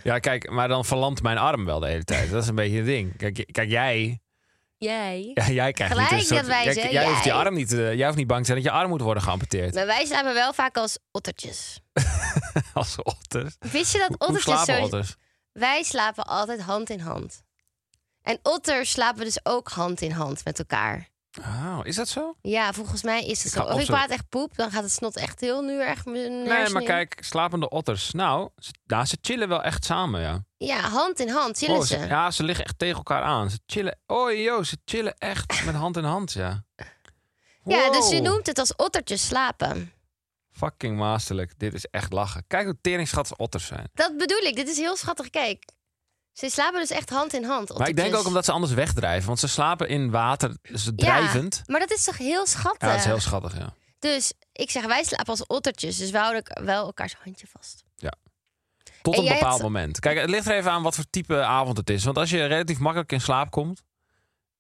[SPEAKER 3] Ja, kijk, maar dan verlamt mijn arm wel de hele tijd. Dat is een beetje het ding. Kijk, j- kijk jij,
[SPEAKER 4] Jij.
[SPEAKER 3] ja, jij krijgt
[SPEAKER 4] Gelijk
[SPEAKER 3] niet een soort...
[SPEAKER 4] dat wij
[SPEAKER 3] jij,
[SPEAKER 4] ze-
[SPEAKER 3] jij hoeft je
[SPEAKER 4] jij.
[SPEAKER 3] arm niet, eh, jij hoeft niet bang te zijn dat je arm moet worden geamputeerd.
[SPEAKER 4] Maar wij slapen wel vaak als ottertjes.
[SPEAKER 3] Als otters.
[SPEAKER 4] Wist je dat
[SPEAKER 3] Hoe
[SPEAKER 4] ottertjes
[SPEAKER 3] slapen
[SPEAKER 4] zo...
[SPEAKER 3] otters?
[SPEAKER 4] Wij slapen altijd hand in hand. En otters slapen dus ook hand in hand met elkaar.
[SPEAKER 3] Oh, is dat zo?
[SPEAKER 4] Ja, volgens mij is het
[SPEAKER 3] Ik
[SPEAKER 4] zo.
[SPEAKER 3] ga
[SPEAKER 4] Of ik
[SPEAKER 3] opzoeken.
[SPEAKER 4] praat echt poep, dan gaat het snot echt heel nu erg mijn
[SPEAKER 3] Nee,
[SPEAKER 4] hersen
[SPEAKER 3] maar
[SPEAKER 4] in.
[SPEAKER 3] kijk, slapende otters. Nou, ze, nou, ze chillen wel echt samen, ja.
[SPEAKER 4] Ja, hand in hand chillen
[SPEAKER 3] Oh,
[SPEAKER 4] ze.
[SPEAKER 3] ja, ze liggen echt tegen elkaar aan. Ze chillen. Oh, joh, ze chillen echt met hand in hand, ja.
[SPEAKER 4] Ja, dus je
[SPEAKER 3] Wow.
[SPEAKER 4] noemt het als ottertjes slapen.
[SPEAKER 3] Fucking masterlijk. Dit is echt lachen. Kijk hoe teringschats otters zijn.
[SPEAKER 4] Dat bedoel ik. Dit is heel schattig. Kijk, ze slapen dus echt hand in hand.
[SPEAKER 3] Maar ik denk
[SPEAKER 4] ottertjes.
[SPEAKER 3] ook omdat ze anders wegdrijven. Want ze slapen in water. Ze
[SPEAKER 4] Ja,
[SPEAKER 3] drijvend.
[SPEAKER 4] maar dat is toch heel schattig?
[SPEAKER 3] Ja, dat is heel schattig, ja.
[SPEAKER 4] Dus ik zeg, wij slapen als ottertjes. Dus we houden k- wel elkaars handje vast.
[SPEAKER 3] Tot
[SPEAKER 4] En
[SPEAKER 3] een
[SPEAKER 4] jij
[SPEAKER 3] bepaald
[SPEAKER 4] hebt-
[SPEAKER 3] moment. Kijk, het ligt er even aan wat voor type avond het is. Want als je relatief makkelijk in slaap komt,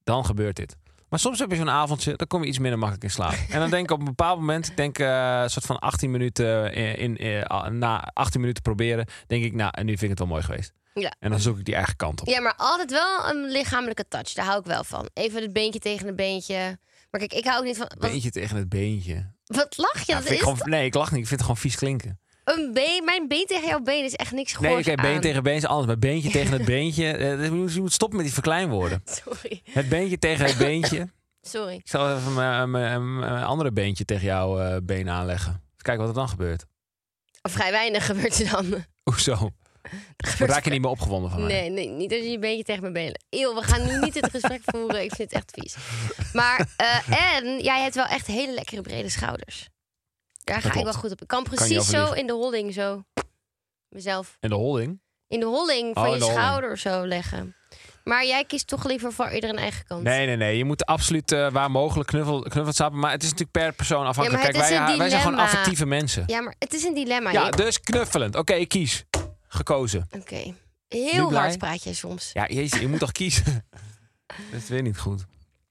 [SPEAKER 3] dan gebeurt dit. Maar soms heb je zo'n avondje, dan kom je iets minder makkelijk in slaap. En dan denk ik op een bepaald moment, ik denk eh, een soort van 18 minuten, eh, in, eh, ah, na 18 minuten proberen, denk ik, nou, en nu vind ik het wel mooi geweest.
[SPEAKER 4] Ja.
[SPEAKER 3] En dan zoek ik die eigen kant op.
[SPEAKER 4] Ja, maar altijd wel een lichamelijke touch. Daar hou ik wel van. Even het beentje tegen het beentje. Maar kijk, ik hou ook niet van... Wat,
[SPEAKER 3] Beentje tegen het beentje.
[SPEAKER 4] wat lach je?
[SPEAKER 3] Ja,
[SPEAKER 4] dat
[SPEAKER 3] vind ik
[SPEAKER 4] is
[SPEAKER 3] gewoon- nee, ik lach niet. Ik vind het gewoon vies klinken.
[SPEAKER 4] toch- een been, mijn been tegen jouw been is echt niks goors
[SPEAKER 3] Nee, oké, been
[SPEAKER 4] aan.
[SPEAKER 3] tegen been is anders. Maar beentje tegen het beentje. eh, je moet- je moet stoppen met die verkleinwoorden.
[SPEAKER 4] Sorry,
[SPEAKER 3] Het beentje tegen het beentje.
[SPEAKER 4] sorry.
[SPEAKER 3] Ik zal even mijn, mijn- mijn eh, andere beentje tegen jouw eh, been aanleggen. Eens kijken wat er dan gebeurt.
[SPEAKER 4] Of vrij weinig gebeurt er dan. Er
[SPEAKER 3] Hoezo?
[SPEAKER 4] gebeurt
[SPEAKER 3] Raak je niet meer opgewonden van mij?
[SPEAKER 4] Nee, nee, niet als je je beentje tegen mijn benen. Eeuw, we gaan nu niet het gesprek voeren. Ik vind het echt vies. Maar, eh, en jij hebt wel echt hele lekkere brede schouders. Daar ga ik wel
[SPEAKER 3] klopt.
[SPEAKER 4] goed op. Ik kan
[SPEAKER 3] je
[SPEAKER 4] precies zo
[SPEAKER 3] overliegen.
[SPEAKER 4] in de holding zo mezelf
[SPEAKER 3] En de holding?
[SPEAKER 4] in de holding van
[SPEAKER 3] Oh,
[SPEAKER 4] je
[SPEAKER 3] in de holding.
[SPEAKER 4] schouder zo leggen. Maar jij kiest toch liever voor ieder een eigen kant.
[SPEAKER 3] Nee, nee, nee. Je moet absoluut eh, waar mogelijk knuffel, knuffelsappen. Maar het is natuurlijk per persoon afhankelijk.
[SPEAKER 4] Ja, maar het
[SPEAKER 3] Kijk,
[SPEAKER 4] is
[SPEAKER 3] wij,
[SPEAKER 4] een
[SPEAKER 3] wij zijn gewoon
[SPEAKER 4] dilemma.
[SPEAKER 3] affectieve mensen.
[SPEAKER 4] Ja, maar het is een dilemma.
[SPEAKER 3] Ja,
[SPEAKER 4] Je-
[SPEAKER 3] dus knuffelend. Oké, ik kies. Gekozen.
[SPEAKER 4] Oké.
[SPEAKER 3] Nu
[SPEAKER 4] Heel
[SPEAKER 3] blij?
[SPEAKER 4] hard praat jij soms.
[SPEAKER 3] Ja, jezus, je moet toch kiezen? Dat is weer niet goed.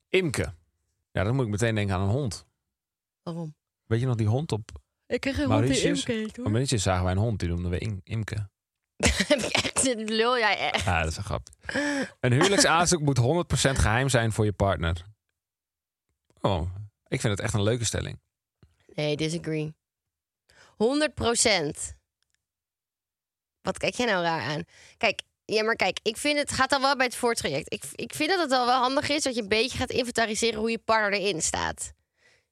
[SPEAKER 3] Imke. Ja, dan moet ik meteen denken aan een hond.
[SPEAKER 4] Waarom?
[SPEAKER 3] Weet je nog die hond op
[SPEAKER 4] Ik krijg een
[SPEAKER 3] Mauritius?
[SPEAKER 4] Hm?
[SPEAKER 3] Op Mauritius zagen wij een hond, die noemden we Im- Imke.
[SPEAKER 4] Heb ik echt dit lul jij echt?
[SPEAKER 3] Ja, Ah, dat is een grap. Een huwelijksaanzoek moet 100% geheim zijn voor je partner. Oh, ik vind het echt een leuke stelling.
[SPEAKER 4] Nee, disagree. 100 procent. Wat kijk jij nou raar aan? Kijk, ja, maar kijk, ik vind het gaat dan wel bij het voortraject. Ik, ik vind dat het al wel handig is dat je een beetje gaat inventariseren hoe je partner erin staat.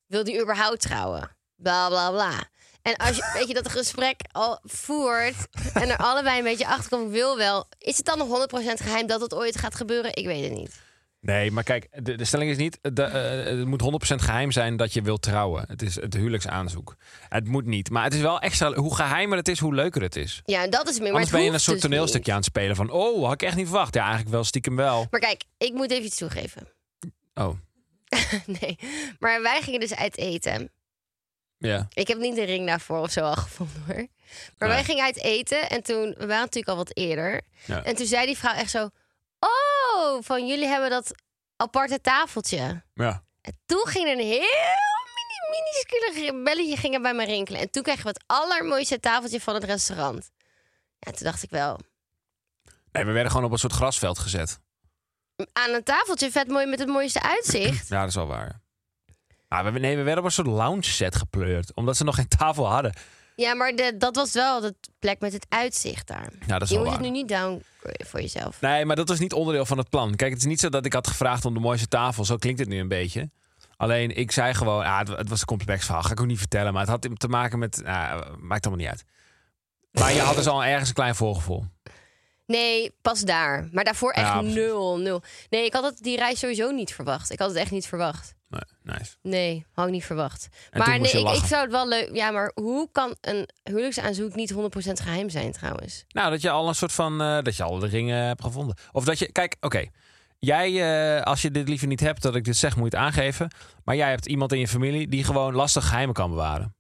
[SPEAKER 4] Wil die überhaupt trouwen? Bla bla bla. En als je weet je dat het gesprek al voert en er allebei een beetje achter komt, ik wil wel. Is het dan nog 100% geheim dat het ooit gaat gebeuren? Ik weet het niet.
[SPEAKER 3] Nee, maar kijk, de, de stelling is niet... De, eh, het moet 100% geheim zijn dat je wilt trouwen. Het is het huwelijksaanzoek. Het moet niet. Maar het is wel extra... Hoe geheimer het is, hoe leuker het is.
[SPEAKER 4] Ja, en dat is meer. Maar
[SPEAKER 3] Anders
[SPEAKER 4] het
[SPEAKER 3] ben je een
[SPEAKER 4] hoeft
[SPEAKER 3] soort
[SPEAKER 4] dus
[SPEAKER 3] toneelstukje
[SPEAKER 4] niet.
[SPEAKER 3] aan het spelen van... Oh, had ik echt niet verwacht. Ja, eigenlijk wel stiekem wel.
[SPEAKER 4] Maar kijk, ik moet even iets toegeven.
[SPEAKER 3] Oh,
[SPEAKER 4] Nee, maar wij gingen dus uit eten.
[SPEAKER 3] ja.
[SPEAKER 4] Ik heb niet de ring daarvoor of zo al gevonden hoor.
[SPEAKER 3] Nee.
[SPEAKER 4] Maar wij gingen uit eten en toen, we waren natuurlijk al wat eerder.
[SPEAKER 3] Ja.
[SPEAKER 4] En toen zei die vrouw echt zo, oh, van jullie hebben dat aparte tafeltje.
[SPEAKER 3] ja.
[SPEAKER 4] En toen ging er een heel mini, minuscule belletje gingen bij me rinkelen. En toen kregen we het allermooiste tafeltje van het restaurant. Ja, toen dacht ik wel,
[SPEAKER 3] Nee, we werden gewoon op een soort grasveld gezet.
[SPEAKER 4] aan een tafeltje vet mooi met het mooiste uitzicht.
[SPEAKER 3] Ja, dat is wel waar. Ah, we, nee, we werden op een soort lounge set gepleurd. Omdat ze nog geen tafel hadden.
[SPEAKER 4] Ja, maar de, dat was wel de plek met het uitzicht daar.
[SPEAKER 3] Ja, dat is
[SPEAKER 4] Je
[SPEAKER 3] wel
[SPEAKER 4] moet het
[SPEAKER 3] waar.
[SPEAKER 4] nu niet down voor jezelf.
[SPEAKER 3] Nee, maar dat was niet onderdeel van het plan. Kijk, het is niet zo dat ik had gevraagd om de mooiste tafel. Zo klinkt het nu een beetje. Alleen, ik zei gewoon... Ah, het, het was een complex verhaal. Ga ik ook niet vertellen. Maar het had te maken met... ah, maakt allemaal niet uit. Maar je had dus al ergens een klein voorgevoel.
[SPEAKER 4] Nee, pas daar. Maar daarvoor echt
[SPEAKER 3] Ja, precies.
[SPEAKER 4] nul, nul. Nee, ik had het, die reis sowieso niet verwacht. Ik had het echt niet verwacht.
[SPEAKER 3] Nee, nice.
[SPEAKER 4] Nee, had ik niet verwacht.
[SPEAKER 3] En toen
[SPEAKER 4] maar
[SPEAKER 3] moest
[SPEAKER 4] nee,
[SPEAKER 3] je
[SPEAKER 4] ik, ik
[SPEAKER 3] lachen.
[SPEAKER 4] zou het wel leuk... Ja, maar hoe kan een huwelijksaanzoek niet 100% geheim zijn trouwens?
[SPEAKER 3] Nou, dat je al een soort van... eh, dat je al de ringen hebt gevonden. Of dat je... Kijk, oké. Jij, eh, als je dit liever niet hebt dat ik dit zeg, moet je het aangeven. Maar jij hebt iemand in je familie die gewoon lastig geheimen kan bewaren.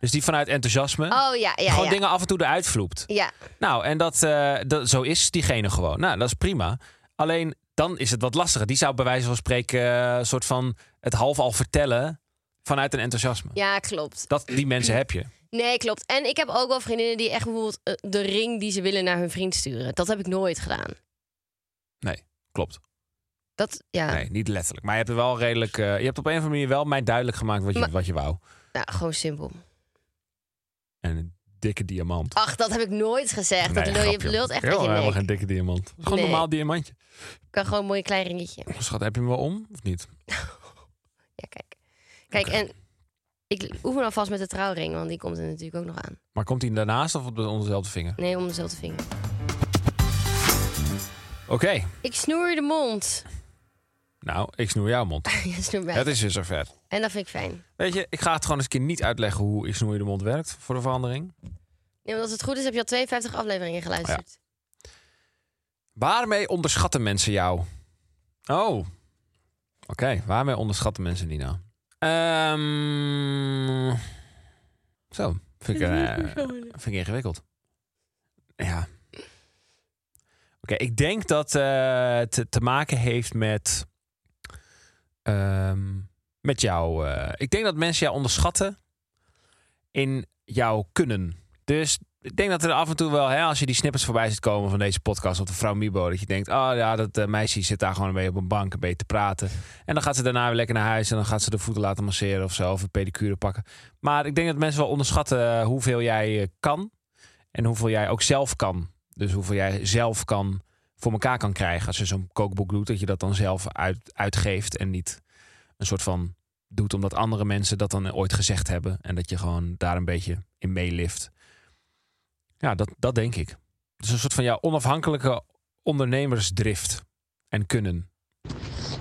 [SPEAKER 3] Dus die vanuit enthousiasme...
[SPEAKER 4] Oh ja, ja,
[SPEAKER 3] gewoon
[SPEAKER 4] ja.
[SPEAKER 3] dingen af en toe eruit vloept.
[SPEAKER 4] Ja,
[SPEAKER 3] Nou, en dat, eh, dat, zo is diegene gewoon. Nou, dat is prima. Alleen dan is het wat lastiger. Die zou bij wijze van spreken eh, een soort van het half al vertellen vanuit een enthousiasme.
[SPEAKER 4] ja, klopt.
[SPEAKER 3] Dat, die mensen heb je.
[SPEAKER 4] Nee, klopt. En ik heb ook wel vriendinnen die echt bijvoorbeeld eh, de ring die ze willen naar hun vriend sturen. Dat heb ik nooit gedaan.
[SPEAKER 3] Nee, klopt.
[SPEAKER 4] Dat, ja,
[SPEAKER 3] Nee, niet letterlijk. Maar je hebt er wel redelijk. eh, je hebt op een of andere manier wel mij duidelijk gemaakt wat je,
[SPEAKER 4] Maar-
[SPEAKER 3] wat je wou.
[SPEAKER 4] ja, nou, gewoon simpel.
[SPEAKER 3] En een dikke diamant.
[SPEAKER 4] Ach, dat heb ik nooit gezegd.
[SPEAKER 3] Nee,
[SPEAKER 4] dat lul, je
[SPEAKER 3] grapje.
[SPEAKER 4] lult echt
[SPEAKER 3] Joh,
[SPEAKER 4] uit je
[SPEAKER 3] helemaal
[SPEAKER 4] nek.
[SPEAKER 3] geen dikke diamant. Het is Gewoon een
[SPEAKER 4] Nee.
[SPEAKER 3] normaal diamantje.
[SPEAKER 4] Ik kan gewoon een mooi klein ringetje.
[SPEAKER 3] Schat, heb je hem wel om of niet?
[SPEAKER 4] Kijk, en ik oefen alvast met de trouwring, want die komt er natuurlijk ook nog aan.
[SPEAKER 3] Maar komt hij daarnaast of op de- onder dezelfde vinger?
[SPEAKER 4] Nee, om dezelfde vinger.
[SPEAKER 3] Oké,
[SPEAKER 4] Ik snoer de mond.
[SPEAKER 3] nou, ik snoer jouw mond.
[SPEAKER 4] ja, snoer mij.
[SPEAKER 3] Het is weer zover.
[SPEAKER 4] En dat vind ik fijn.
[SPEAKER 3] Weet je, ik ga het gewoon eens een keer niet uitleggen hoe ik snoer je de mond werkt voor de verandering.
[SPEAKER 4] Nee, want als het goed is, heb je al 52
[SPEAKER 3] Oh
[SPEAKER 4] afleveringen geluisterd.
[SPEAKER 3] Waarmee onderschatten mensen jou? Oh, oké. Waarmee onderschatten mensen die nou? Ehm, Zo, vind ik, eh, vind ik ingewikkeld. Ja. Oké, ik denk dat eh, het te maken heeft met... ehm, met jou. eh, ik denk dat mensen jou onderschatten in jouw kunnen. Dus ik denk dat er af en toe wel, hè, als je die snippers voorbij ziet komen van deze podcast op de Vrouw Mibo, dat je denkt, oh ja, dat eh, meisje zit daar gewoon een beetje op een bank een beetje te praten. En dan gaat ze daarna weer lekker naar huis en dan gaat ze de voeten laten masseren of zo, of een pedicure pakken. Maar ik denk dat mensen wel onderschatten eh, hoeveel jij eh, kan en hoeveel jij ook zelf kan. Dus hoeveel jij zelf kan voor elkaar kan krijgen. Als je zo'n kookboek doet, dat je dat dan zelf uit, uitgeeft en niet een soort van doet omdat andere mensen dat dan ooit gezegd hebben. En dat je gewoon daar een beetje in meelift. Ja, dat, dat denk ik. Het is een soort van jouw onafhankelijke ondernemersdrift en kunnen.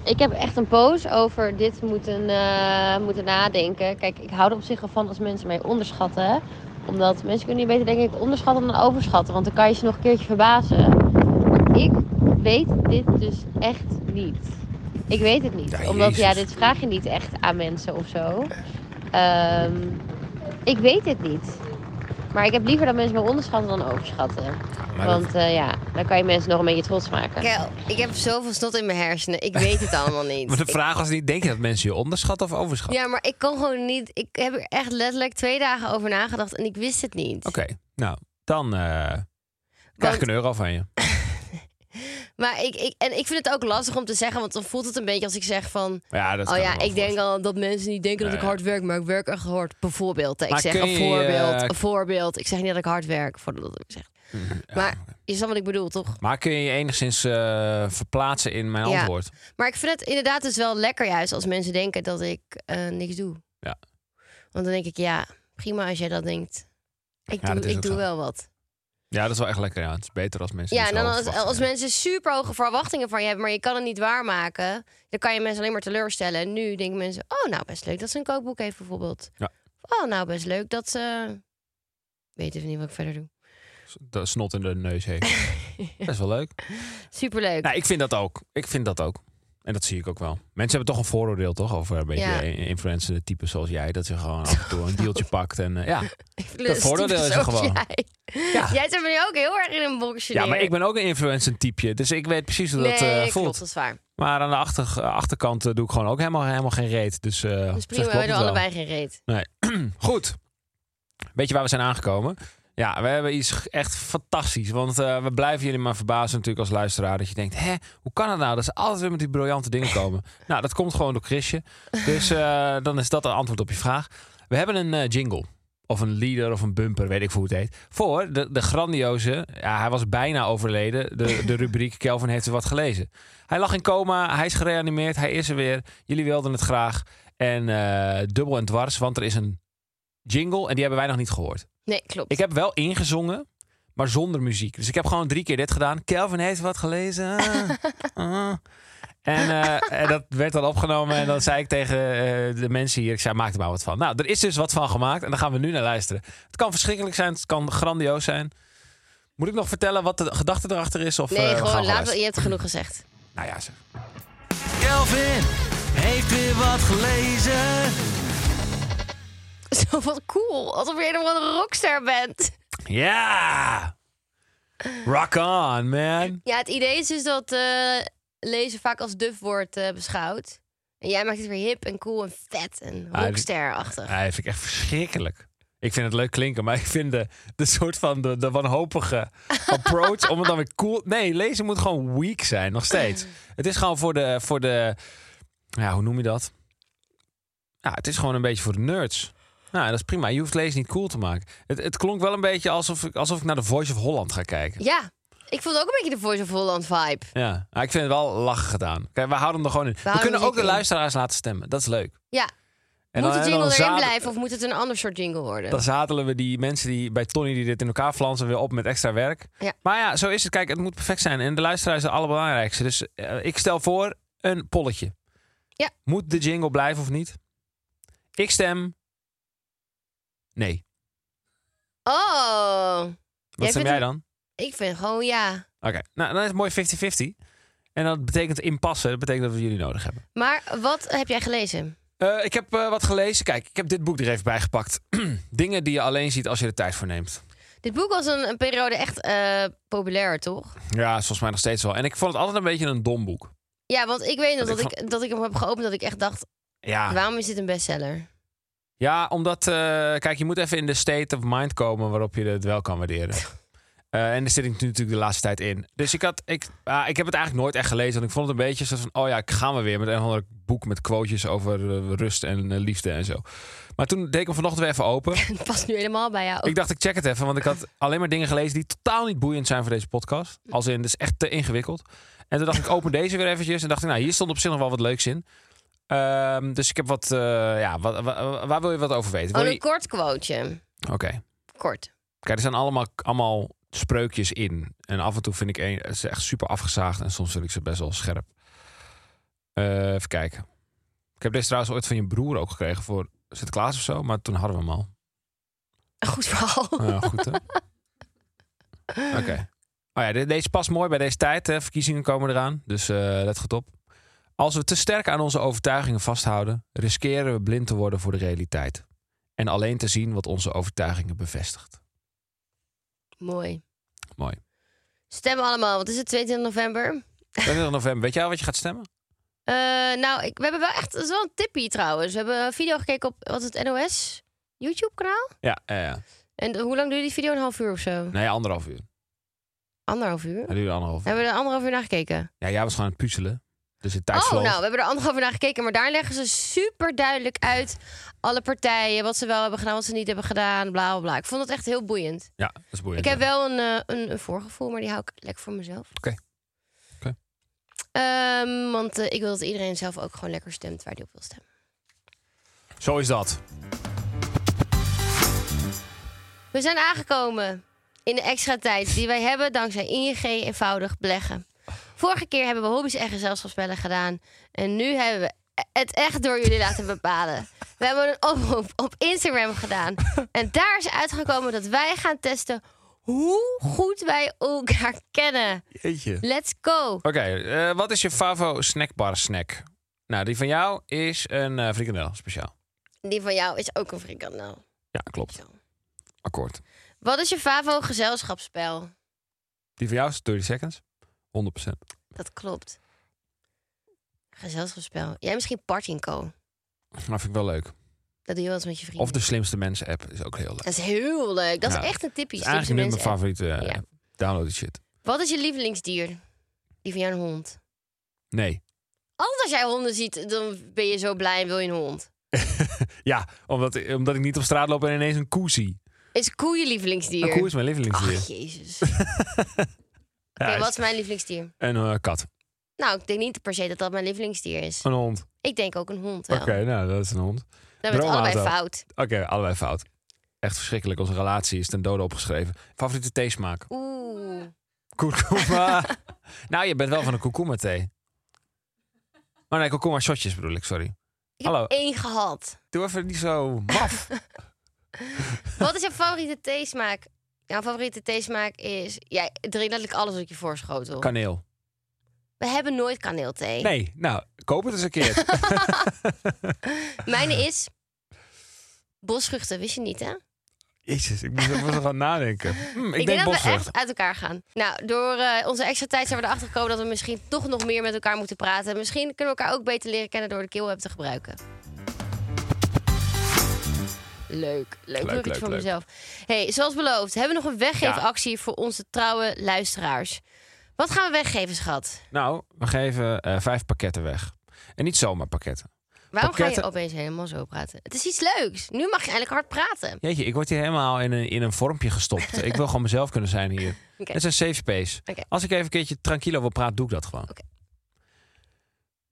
[SPEAKER 6] Ik heb echt een poos over dit moeten, eh, moeten nadenken. Kijk, ik hou er op zich wel van als mensen mij onderschatten. Omdat mensen kunnen niet beter, denk ik, onderschatten dan overschatten. Want dan kan je ze nog een keertje verbazen. Maar ik weet dit dus echt niet. Ik weet het niet.
[SPEAKER 3] Ja,
[SPEAKER 6] omdat, ja,
[SPEAKER 3] Jezus.
[SPEAKER 6] dit vraag je niet echt aan mensen of zo. Ehm, ik weet het niet. Maar ik heb liever dat mensen me onderschatten dan overschatten.
[SPEAKER 3] Maar
[SPEAKER 6] Want eh, ja, dan kan je mensen nog een beetje trots maken.
[SPEAKER 4] Kel, ik heb zoveel snot in mijn hersenen. Ik weet het allemaal niet.
[SPEAKER 3] Maar de
[SPEAKER 4] Ik-
[SPEAKER 3] vraag was niet, denk je dat mensen je onderschatten of overschatten?
[SPEAKER 4] ja, maar ik kon gewoon niet. Ik heb er echt letterlijk twee dagen over nagedacht en ik wist het niet.
[SPEAKER 3] Oké, nou, dan eh, krijg ik
[SPEAKER 4] Want-
[SPEAKER 3] een euro van je.
[SPEAKER 4] Maar ik, ik, en ik vind het ook lastig om te zeggen, want dan voelt het een beetje als ik zeg van.
[SPEAKER 3] Maar Ja, dat
[SPEAKER 4] oh
[SPEAKER 3] kan
[SPEAKER 4] ja,
[SPEAKER 3] wel
[SPEAKER 4] ik denk al dat mensen niet denken dat
[SPEAKER 3] Nee.
[SPEAKER 4] ik hard werk, maar ik werk echt hard. Bijvoorbeeld, hè. ik
[SPEAKER 3] Maar
[SPEAKER 4] zeg
[SPEAKER 3] kun
[SPEAKER 4] een
[SPEAKER 3] je,
[SPEAKER 4] voorbeeld,
[SPEAKER 3] eh,
[SPEAKER 4] een voorbeeld. Ik zeg niet dat ik hard werk, voordat ik het zeg.
[SPEAKER 3] Mm,
[SPEAKER 4] Maar je snapt wat ik bedoel, toch?
[SPEAKER 3] Maar kun je je enigszins eh, verplaatsen in mijn
[SPEAKER 4] Ja.
[SPEAKER 3] antwoord?
[SPEAKER 4] Maar ik vind het inderdaad dus wel lekker juist als mensen denken dat ik eh, niks doe.
[SPEAKER 3] Ja.
[SPEAKER 4] Want dan denk ik, ja, prima als jij dat denkt. Ik
[SPEAKER 3] Ja, dat
[SPEAKER 4] doe,
[SPEAKER 3] is
[SPEAKER 4] ik
[SPEAKER 3] ook
[SPEAKER 4] doe
[SPEAKER 3] zo.
[SPEAKER 4] wel wat.
[SPEAKER 3] Ja, dat is wel echt lekker. Ja. Het is beter als mensen
[SPEAKER 4] Ja,
[SPEAKER 3] niet
[SPEAKER 4] en
[SPEAKER 3] zo
[SPEAKER 4] dan
[SPEAKER 3] hoge
[SPEAKER 4] als,
[SPEAKER 3] verwachtingen
[SPEAKER 4] als mensen super hoge verwachtingen van je hebben, maar je kan het niet waarmaken, dan kan je mensen alleen maar teleurstellen. En nu denken mensen, oh nou best leuk dat ze een kookboek heeft bijvoorbeeld.
[SPEAKER 3] Ja.
[SPEAKER 4] Of, Oh nou best leuk dat ze... Ik Weet even niet wat ik verder doe.
[SPEAKER 3] hebben. Dat snot in de neus heeft. Dat is wel leuk.
[SPEAKER 4] Superleuk.
[SPEAKER 3] Nou, ik vind dat ook. Ik vind dat ook. En dat zie ik ook wel. Mensen hebben toch een vooroordeel toch over een beetje
[SPEAKER 4] Ja.
[SPEAKER 3] influencer types zoals jij. Dat ze gewoon af en toe een deeltje pakt. En, eh, ja.
[SPEAKER 4] Lust,
[SPEAKER 3] voordeel is er
[SPEAKER 4] zoals
[SPEAKER 3] gewoon.
[SPEAKER 4] Dus Jij. jij zit me nu ook heel erg in een boxje
[SPEAKER 3] ja, maar ik ben ook een influencer typeje. Dus ik weet precies hoe dat eh,
[SPEAKER 4] Nee,
[SPEAKER 3] voelt.
[SPEAKER 4] klopt, dat is waar.
[SPEAKER 3] Maar aan de achter, achterkant eh, doe ik gewoon ook helemaal, helemaal geen reet. Dus, eh, op
[SPEAKER 4] Dus
[SPEAKER 3] zich
[SPEAKER 4] prima,
[SPEAKER 3] klopt
[SPEAKER 4] we doen
[SPEAKER 3] het wel.
[SPEAKER 4] allebei geen reet.
[SPEAKER 3] Hmm, Goed. Weet je waar we zijn aangekomen? Ja, we hebben iets echt fantastisch. Want eh, we blijven jullie maar verbazen natuurlijk als luisteraar. Dat je denkt, hè, hoe kan het nou dat ze altijd weer met die briljante dingen komen? nou, dat komt gewoon door Chrisje. Dus eh, dan is dat een antwoord op je vraag. We hebben een eh, jingle. Of een leader of een bumper, weet ik hoe het heet. Voor de, de grandioze, ja, hij was bijna overleden, de, de rubriek Kelvin heeft er wat gelezen. Hij lag in coma, hij is gereanimeerd, hij is er weer. Jullie wilden het graag. En eh, dubbel en dwars, want er is een jingle en die hebben wij nog niet gehoord.
[SPEAKER 4] Nee, klopt.
[SPEAKER 3] Ik heb wel ingezongen, maar zonder muziek. Dus ik heb gewoon drie keer dit gedaan. Kelvin heeft wat gelezen. Ah. En, eh, en dat werd dan opgenomen en dan zei ik tegen eh, de mensen hier, ik zei, maak er maar wat van. Nou, er is dus wat van gemaakt en daar gaan we nu naar luisteren. Het kan verschrikkelijk zijn, het kan grandioos zijn. Moet ik nog vertellen wat de gedachte erachter is? Of, eh, we
[SPEAKER 4] nee,
[SPEAKER 3] gaan
[SPEAKER 4] gewoon, laat,
[SPEAKER 3] luisteren?
[SPEAKER 4] je hebt genoeg gezegd.
[SPEAKER 3] Nou ja, zeg.
[SPEAKER 5] Kelvin heeft weer wat gelezen.
[SPEAKER 4] Zo wat cool, alsof je helemaal een rockster bent.
[SPEAKER 3] Ja! Rock on, man.
[SPEAKER 4] Ja, het idee is dus dat eh, lezen vaak als duf wordt eh, beschouwd. En jij maakt het weer hip en cool en vet en
[SPEAKER 3] Ah,
[SPEAKER 4] rockster-achtig.
[SPEAKER 3] Ja, dat vind ik echt verschrikkelijk. Ik vind het leuk klinken, maar ik vind de, de soort van de, de wanhopige approach om het dan weer cool. Nee, lezen moet gewoon weak zijn, nog steeds. Het is gewoon voor de, voor de ja, hoe noem je dat? Ja, het is gewoon een beetje voor de nerds. Nou, dat is prima. Je hoeft lezen niet cool te maken. Het, het klonk wel een beetje alsof ik, alsof ik naar de Voice of Holland ga kijken.
[SPEAKER 4] Ja, ik vond ook een beetje de Voice of Holland vibe.
[SPEAKER 3] Ja, maar ik vind het wel lachen gedaan. Kijk, we houden hem er gewoon in. We,
[SPEAKER 4] houden
[SPEAKER 3] kunnen
[SPEAKER 4] hem
[SPEAKER 3] ook de
[SPEAKER 4] zeker in.
[SPEAKER 3] luisteraars laten stemmen. Dat is leuk.
[SPEAKER 4] Ja,
[SPEAKER 3] En
[SPEAKER 4] moet de
[SPEAKER 3] en
[SPEAKER 4] jingle erin
[SPEAKER 3] zadel-
[SPEAKER 4] blijven of moet het een ander soort jingle worden?
[SPEAKER 3] Dan zadelen we die mensen die bij Tony die dit in elkaar flansen weer op met extra werk.
[SPEAKER 4] Ja.
[SPEAKER 3] Maar ja, zo is het. Kijk, het moet perfect zijn. En de luisteraar is de allerbelangrijkste. Dus eh, ik stel voor een polletje.
[SPEAKER 4] Ja.
[SPEAKER 3] Moet de jingle blijven of niet? Ik stem. Nee.
[SPEAKER 4] Oh,
[SPEAKER 3] Wat
[SPEAKER 4] Jij
[SPEAKER 3] stem
[SPEAKER 4] vindt
[SPEAKER 3] jij
[SPEAKER 4] hem-
[SPEAKER 3] dan?
[SPEAKER 4] ik vind gewoon ja.
[SPEAKER 3] Oké, nou dan is het mooi 50-50. En dat betekent inpassen. Dat betekent dat we jullie nodig hebben.
[SPEAKER 4] Maar wat heb jij gelezen?
[SPEAKER 3] Eh, ik heb eh, wat gelezen. Kijk, ik heb dit boek er even bij gepakt. Dingen die je alleen ziet als je er tijd voor neemt.
[SPEAKER 4] Dit boek was een, een periode echt eh, populair, toch?
[SPEAKER 3] Ja, is volgens mij nog steeds wel. En ik vond het altijd een beetje een dom boek.
[SPEAKER 4] Ja, want ik weet nog
[SPEAKER 3] Dat
[SPEAKER 4] dat,
[SPEAKER 3] ik Ah.
[SPEAKER 4] ik, dat ik hem heb geopend dat ik echt dacht,
[SPEAKER 3] Ja.
[SPEAKER 4] waarom is dit een bestseller?
[SPEAKER 3] Ja, omdat, eh, kijk, je moet even in de state of mind komen waarop je het wel kan waarderen. Eh, en daar zit ik nu natuurlijk de laatste tijd in. Dus ik, had, ik, ah, ik heb het eigenlijk nooit echt gelezen. Want ik vond het een beetje zo van, oh ja, ik gaan we weer met een of ander boek met quotejes over eh, rust en eh, liefde en zo. Maar toen deed ik hem vanochtend weer even open.
[SPEAKER 4] Het past nu helemaal bij jou.
[SPEAKER 3] Ik dacht, ik check het even, want ik had alleen maar dingen gelezen die totaal niet boeiend zijn voor deze podcast. Als in, het is echt te ingewikkeld. En toen dacht ik, open deze weer eventjes. En dacht ik, nou, hier stond op zich nog wel wat leuks in. Ehm, dus ik heb wat, eh, ja, wat, wa- waar wil je wat over weten? Wil
[SPEAKER 4] Oh,
[SPEAKER 3] je-
[SPEAKER 4] een kort quoteje.
[SPEAKER 3] Oké.
[SPEAKER 4] Kort.
[SPEAKER 3] Kijk, er zijn allemaal, allemaal spreukjes in. En af en toe vind ik een, het is echt super afgezaagd. En soms vind ik ze best wel scherp. Eh, even kijken. Ik heb deze trouwens ooit van je broer ook gekregen voor Sinterklaas of zo. Maar toen hadden we hem al.
[SPEAKER 4] Een goed verhaal.
[SPEAKER 3] Nou, goed hè? Oké. Oh ja, de- deze past mooi bij deze tijd. Hè? Verkiezingen komen eraan, dus eh let goed op. Als we te sterk aan onze overtuigingen vasthouden, riskeren we blind te worden voor de realiteit. En alleen te zien wat onze overtuigingen bevestigt.
[SPEAKER 4] Mooi.
[SPEAKER 3] Mooi.
[SPEAKER 4] Stemmen allemaal, wat is het, 22 november?
[SPEAKER 3] 20 november, weet jij al wat je gaat stemmen?
[SPEAKER 4] Eh, nou, ik, we hebben wel echt, dat is wel een tippie trouwens. We hebben een video gekeken op, wat is het, NOS? YouTube-kanaal?
[SPEAKER 3] Ja, ja, ja.
[SPEAKER 4] En hoe lang duurde die video? Een half uur of zo?
[SPEAKER 3] Nee, anderhalf uur.
[SPEAKER 4] Anderhalf uur?
[SPEAKER 3] Hij duurde anderhalf uur.
[SPEAKER 4] Hebben we er anderhalf uur naar gekeken?
[SPEAKER 3] Ja, jij was gewoon aan het puzzelen. Dus de tijd
[SPEAKER 4] Oh,
[SPEAKER 3] vloog.
[SPEAKER 4] nou, we hebben er anderhalf uur naar gekeken. Maar daar leggen ze super duidelijk uit alle partijen. Wat ze wel hebben gedaan, wat ze niet hebben gedaan. Bla, bla, bla. Ik vond het echt heel boeiend.
[SPEAKER 3] Ja, dat is boeiend.
[SPEAKER 4] Ik heb
[SPEAKER 3] ja.
[SPEAKER 4] wel een, eh, een, een voorgevoel, maar die hou ik lekker voor mezelf.
[SPEAKER 3] Oké. Oké.
[SPEAKER 4] Ehm, want eh, ik wil dat iedereen zelf ook gewoon lekker stemt waar hij op wil stemmen.
[SPEAKER 3] Zo is dat.
[SPEAKER 4] We zijn aangekomen in de extra tijd die wij hebben dankzij ING eenvoudig beleggen. Vorige keer hebben we hobby's en gezelschapsspellen gedaan. En nu hebben we het echt door jullie laten bepalen. We hebben een oproep op Instagram gedaan. En daar is uitgekomen dat wij gaan testen hoe goed wij elkaar kennen.
[SPEAKER 3] Jeetje.
[SPEAKER 4] Let's go!
[SPEAKER 3] Oké, eh, wat is je favo snackbar snack? Nou, die van jou is een eh frikandel speciaal.
[SPEAKER 4] Die van jou is ook een frikandel.
[SPEAKER 3] Ja, klopt. Akkoord.
[SPEAKER 4] Wat is je favo gezelschapsspel?
[SPEAKER 3] Die van jou is 30 seconds. 100%.
[SPEAKER 4] Dat klopt. Gezelschapsspel. Jij misschien Partinko.
[SPEAKER 3] Maar Nou, vind ik wel leuk.
[SPEAKER 4] Dat doe je wel eens met je vrienden.
[SPEAKER 3] Of de slimste mensen app is ook heel leuk.
[SPEAKER 4] Dat is heel leuk. Dat
[SPEAKER 3] Ja.
[SPEAKER 4] is echt een
[SPEAKER 3] Dat
[SPEAKER 4] typisch.
[SPEAKER 3] is eigenlijk nu
[SPEAKER 4] Slimste
[SPEAKER 3] mijn
[SPEAKER 4] mensen app.
[SPEAKER 3] favoriete eh,
[SPEAKER 4] Ja.
[SPEAKER 3] downloaded shit.
[SPEAKER 4] Wat is je lievelingsdier? Die van jou een hond.
[SPEAKER 3] Nee.
[SPEAKER 4] Altijd als jij honden ziet, dan ben je zo blij en wil je een hond.
[SPEAKER 3] Ja, omdat, omdat ik niet op straat loop en ineens een koe zie.
[SPEAKER 4] Is koe je lievelingsdier?
[SPEAKER 3] Een koe is mijn lievelingsdier.
[SPEAKER 4] Ach, jezus. Oké,
[SPEAKER 3] Ja, is
[SPEAKER 4] wat is mijn lievelingsdier?
[SPEAKER 3] Een eh, kat.
[SPEAKER 4] Nou, ik denk niet per se dat dat mijn lievelingsdier is.
[SPEAKER 3] Een hond.
[SPEAKER 4] Ik denk ook een hond wel.
[SPEAKER 3] Oh. Oké, nou, dat is een hond.
[SPEAKER 4] Dan hebben we het allebei
[SPEAKER 3] droomauto.
[SPEAKER 4] fout.
[SPEAKER 3] Oké, allebei fout. Echt verschrikkelijk. Onze relatie is ten dode opgeschreven. Favoriete theesmaak?
[SPEAKER 4] Oeh.
[SPEAKER 3] Kurkuma. nou, je bent wel van een kurkuma thee. Oh nee, kurkuma shotjes bedoel ik, sorry.
[SPEAKER 4] Ik
[SPEAKER 3] Hallo.
[SPEAKER 4] heb één gehad.
[SPEAKER 3] Doe even niet zo maf.
[SPEAKER 4] Wat is je favoriete theesmaak? Jouw favoriete theesmaak is... Ja, drink letterlijk alles wat ik je voorschotel.
[SPEAKER 3] Kaneel.
[SPEAKER 4] We hebben nooit kaneelthee.
[SPEAKER 3] Nee, nou, koop het eens een keer.
[SPEAKER 4] Mijne is... Bosvruchten, wist je niet, hè?
[SPEAKER 3] Jezus, ik moet even gaan nadenken. Hm, ik,
[SPEAKER 4] ik
[SPEAKER 3] denk
[SPEAKER 4] denk dat we echt
[SPEAKER 3] bosvrucht.
[SPEAKER 4] Nou, eh,
[SPEAKER 3] leuk,
[SPEAKER 4] iets
[SPEAKER 3] leuk.
[SPEAKER 4] voor mezelf. Hey, zoals beloofd, hebben we nog een weggeefactie... voor onze trouwe luisteraars. Wat gaan we weggeven, schat?
[SPEAKER 3] Nou, we geven eh, vijf pakketten weg. En niet zomaar pakketten.
[SPEAKER 4] Waarom
[SPEAKER 3] Pakketten.
[SPEAKER 4] ga je opeens helemaal zo praten? Het is iets leuks. Nu mag je eindelijk hard praten.
[SPEAKER 3] Jeetje, ik word hier helemaal in een, in een vormpje gestopt. ik wil gewoon mezelf kunnen zijn hier.
[SPEAKER 4] Oké.
[SPEAKER 3] Het is een safe space.
[SPEAKER 4] Oké.
[SPEAKER 3] Als ik even een keertje tranquilo wil praten, doe ik dat gewoon.
[SPEAKER 4] Oké.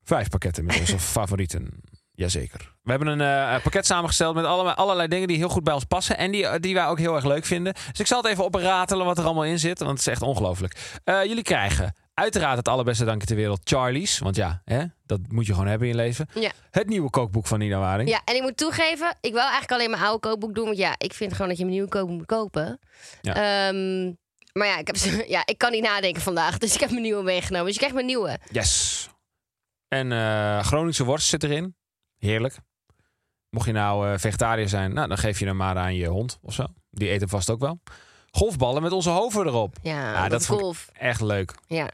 [SPEAKER 3] Vijf pakketten met onze favorieten. Jazeker. We hebben een eh, pakket samengesteld met allerlei, allerlei dingen die heel goed bij ons passen. En die, die wij ook heel erg leuk vinden. Dus ik zal het even opratelen wat er allemaal in zit. Want het is echt ongelooflijk. Eh, jullie krijgen uiteraard het allerbeste dankje ter wereld. Charlie's. Want ja, hè, dat moet je gewoon hebben in je leven.
[SPEAKER 4] Ja.
[SPEAKER 3] Het nieuwe kookboek van Nina Waring.
[SPEAKER 4] Ja, en ik moet toegeven, ik wil eigenlijk alleen mijn oude kookboek doen. Want ja, ik vind gewoon dat je een nieuw kookboek moet kopen. Ehm, maar ja ik, heb, ze- ja, ik kan niet nadenken vandaag. Dus ik heb mijn nieuwe meegenomen. Dus je krijgt mijn nieuwe.
[SPEAKER 3] Yes. En eh, Groningse worst zit erin. Heerlijk. Mocht je nou eh, vegetariër zijn, nou, dan geef je hem maar aan je hond of zo. Die eet hem vast ook wel. Golfballen met onze hoven erop.
[SPEAKER 4] Ja,
[SPEAKER 3] Ah,
[SPEAKER 4] dat,
[SPEAKER 3] dat
[SPEAKER 4] is
[SPEAKER 3] vond ik-
[SPEAKER 4] golf.
[SPEAKER 3] Echt leuk.
[SPEAKER 4] Ja.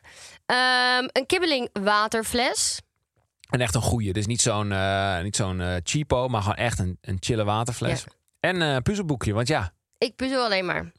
[SPEAKER 4] Ehm, een kibbeling waterfles.
[SPEAKER 3] En echt een goeie. Dus niet zo'n eh, niet zo'n eh, cheapo, maar gewoon echt een, een chille waterfles.
[SPEAKER 4] Ja.
[SPEAKER 3] En eh, een puzzelboekje, want ja,
[SPEAKER 4] Ik puzzel alleen maar.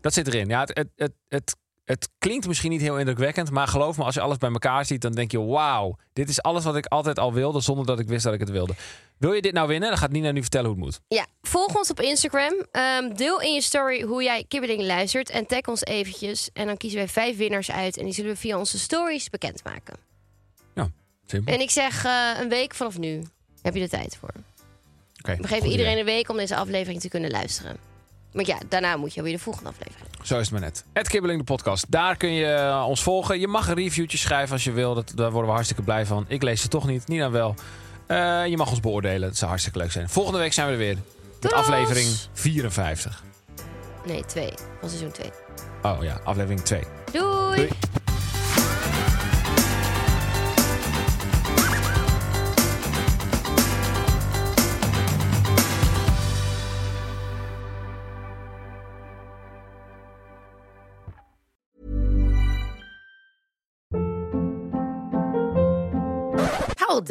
[SPEAKER 3] dat zit erin. Ja, het, het, het, het, het klinkt misschien niet heel indrukwekkend, maar geloof me, als je alles bij elkaar ziet, dan denk je, wauw, dit is alles wat ik altijd al wilde, zonder dat ik wist dat ik het wilde. Wil je dit nou winnen? Dan gaat Nina nu vertellen hoe het moet.
[SPEAKER 4] Ja, volg ons op Instagram. Ehm, deel in je story hoe jij kibbeling luistert. En tag ons eventjes. En dan kiezen wij vijf winnaars uit. En die zullen we via onze stories bekendmaken.
[SPEAKER 3] Simpel.
[SPEAKER 4] En ik zeg eh, een week vanaf nu heb je de tijd voor.
[SPEAKER 3] Oké,
[SPEAKER 4] We geven
[SPEAKER 3] goed
[SPEAKER 4] iedereen
[SPEAKER 3] idee.
[SPEAKER 4] een week om deze aflevering te kunnen luisteren. Maar ja, daarna moet je weer de volgende aflevering.
[SPEAKER 3] Zo is het maar net. Het Kibbeling de podcast. Daar kun je eh, ons volgen. Je mag een reviewtje schrijven als je wil. Dat, daar worden we hartstikke blij van. Ik lees ze toch niet. Nina wel. Eh, je mag ons beoordelen. Dat zou hartstikke leuk zijn. Volgende week zijn we er weer. Met
[SPEAKER 4] Doei!
[SPEAKER 3] aflevering 54.
[SPEAKER 4] Nee, twee. Van seizoen twee.
[SPEAKER 3] Oh ja, aflevering 2.
[SPEAKER 4] Doei.
[SPEAKER 3] Doei.
[SPEAKER 7] Hold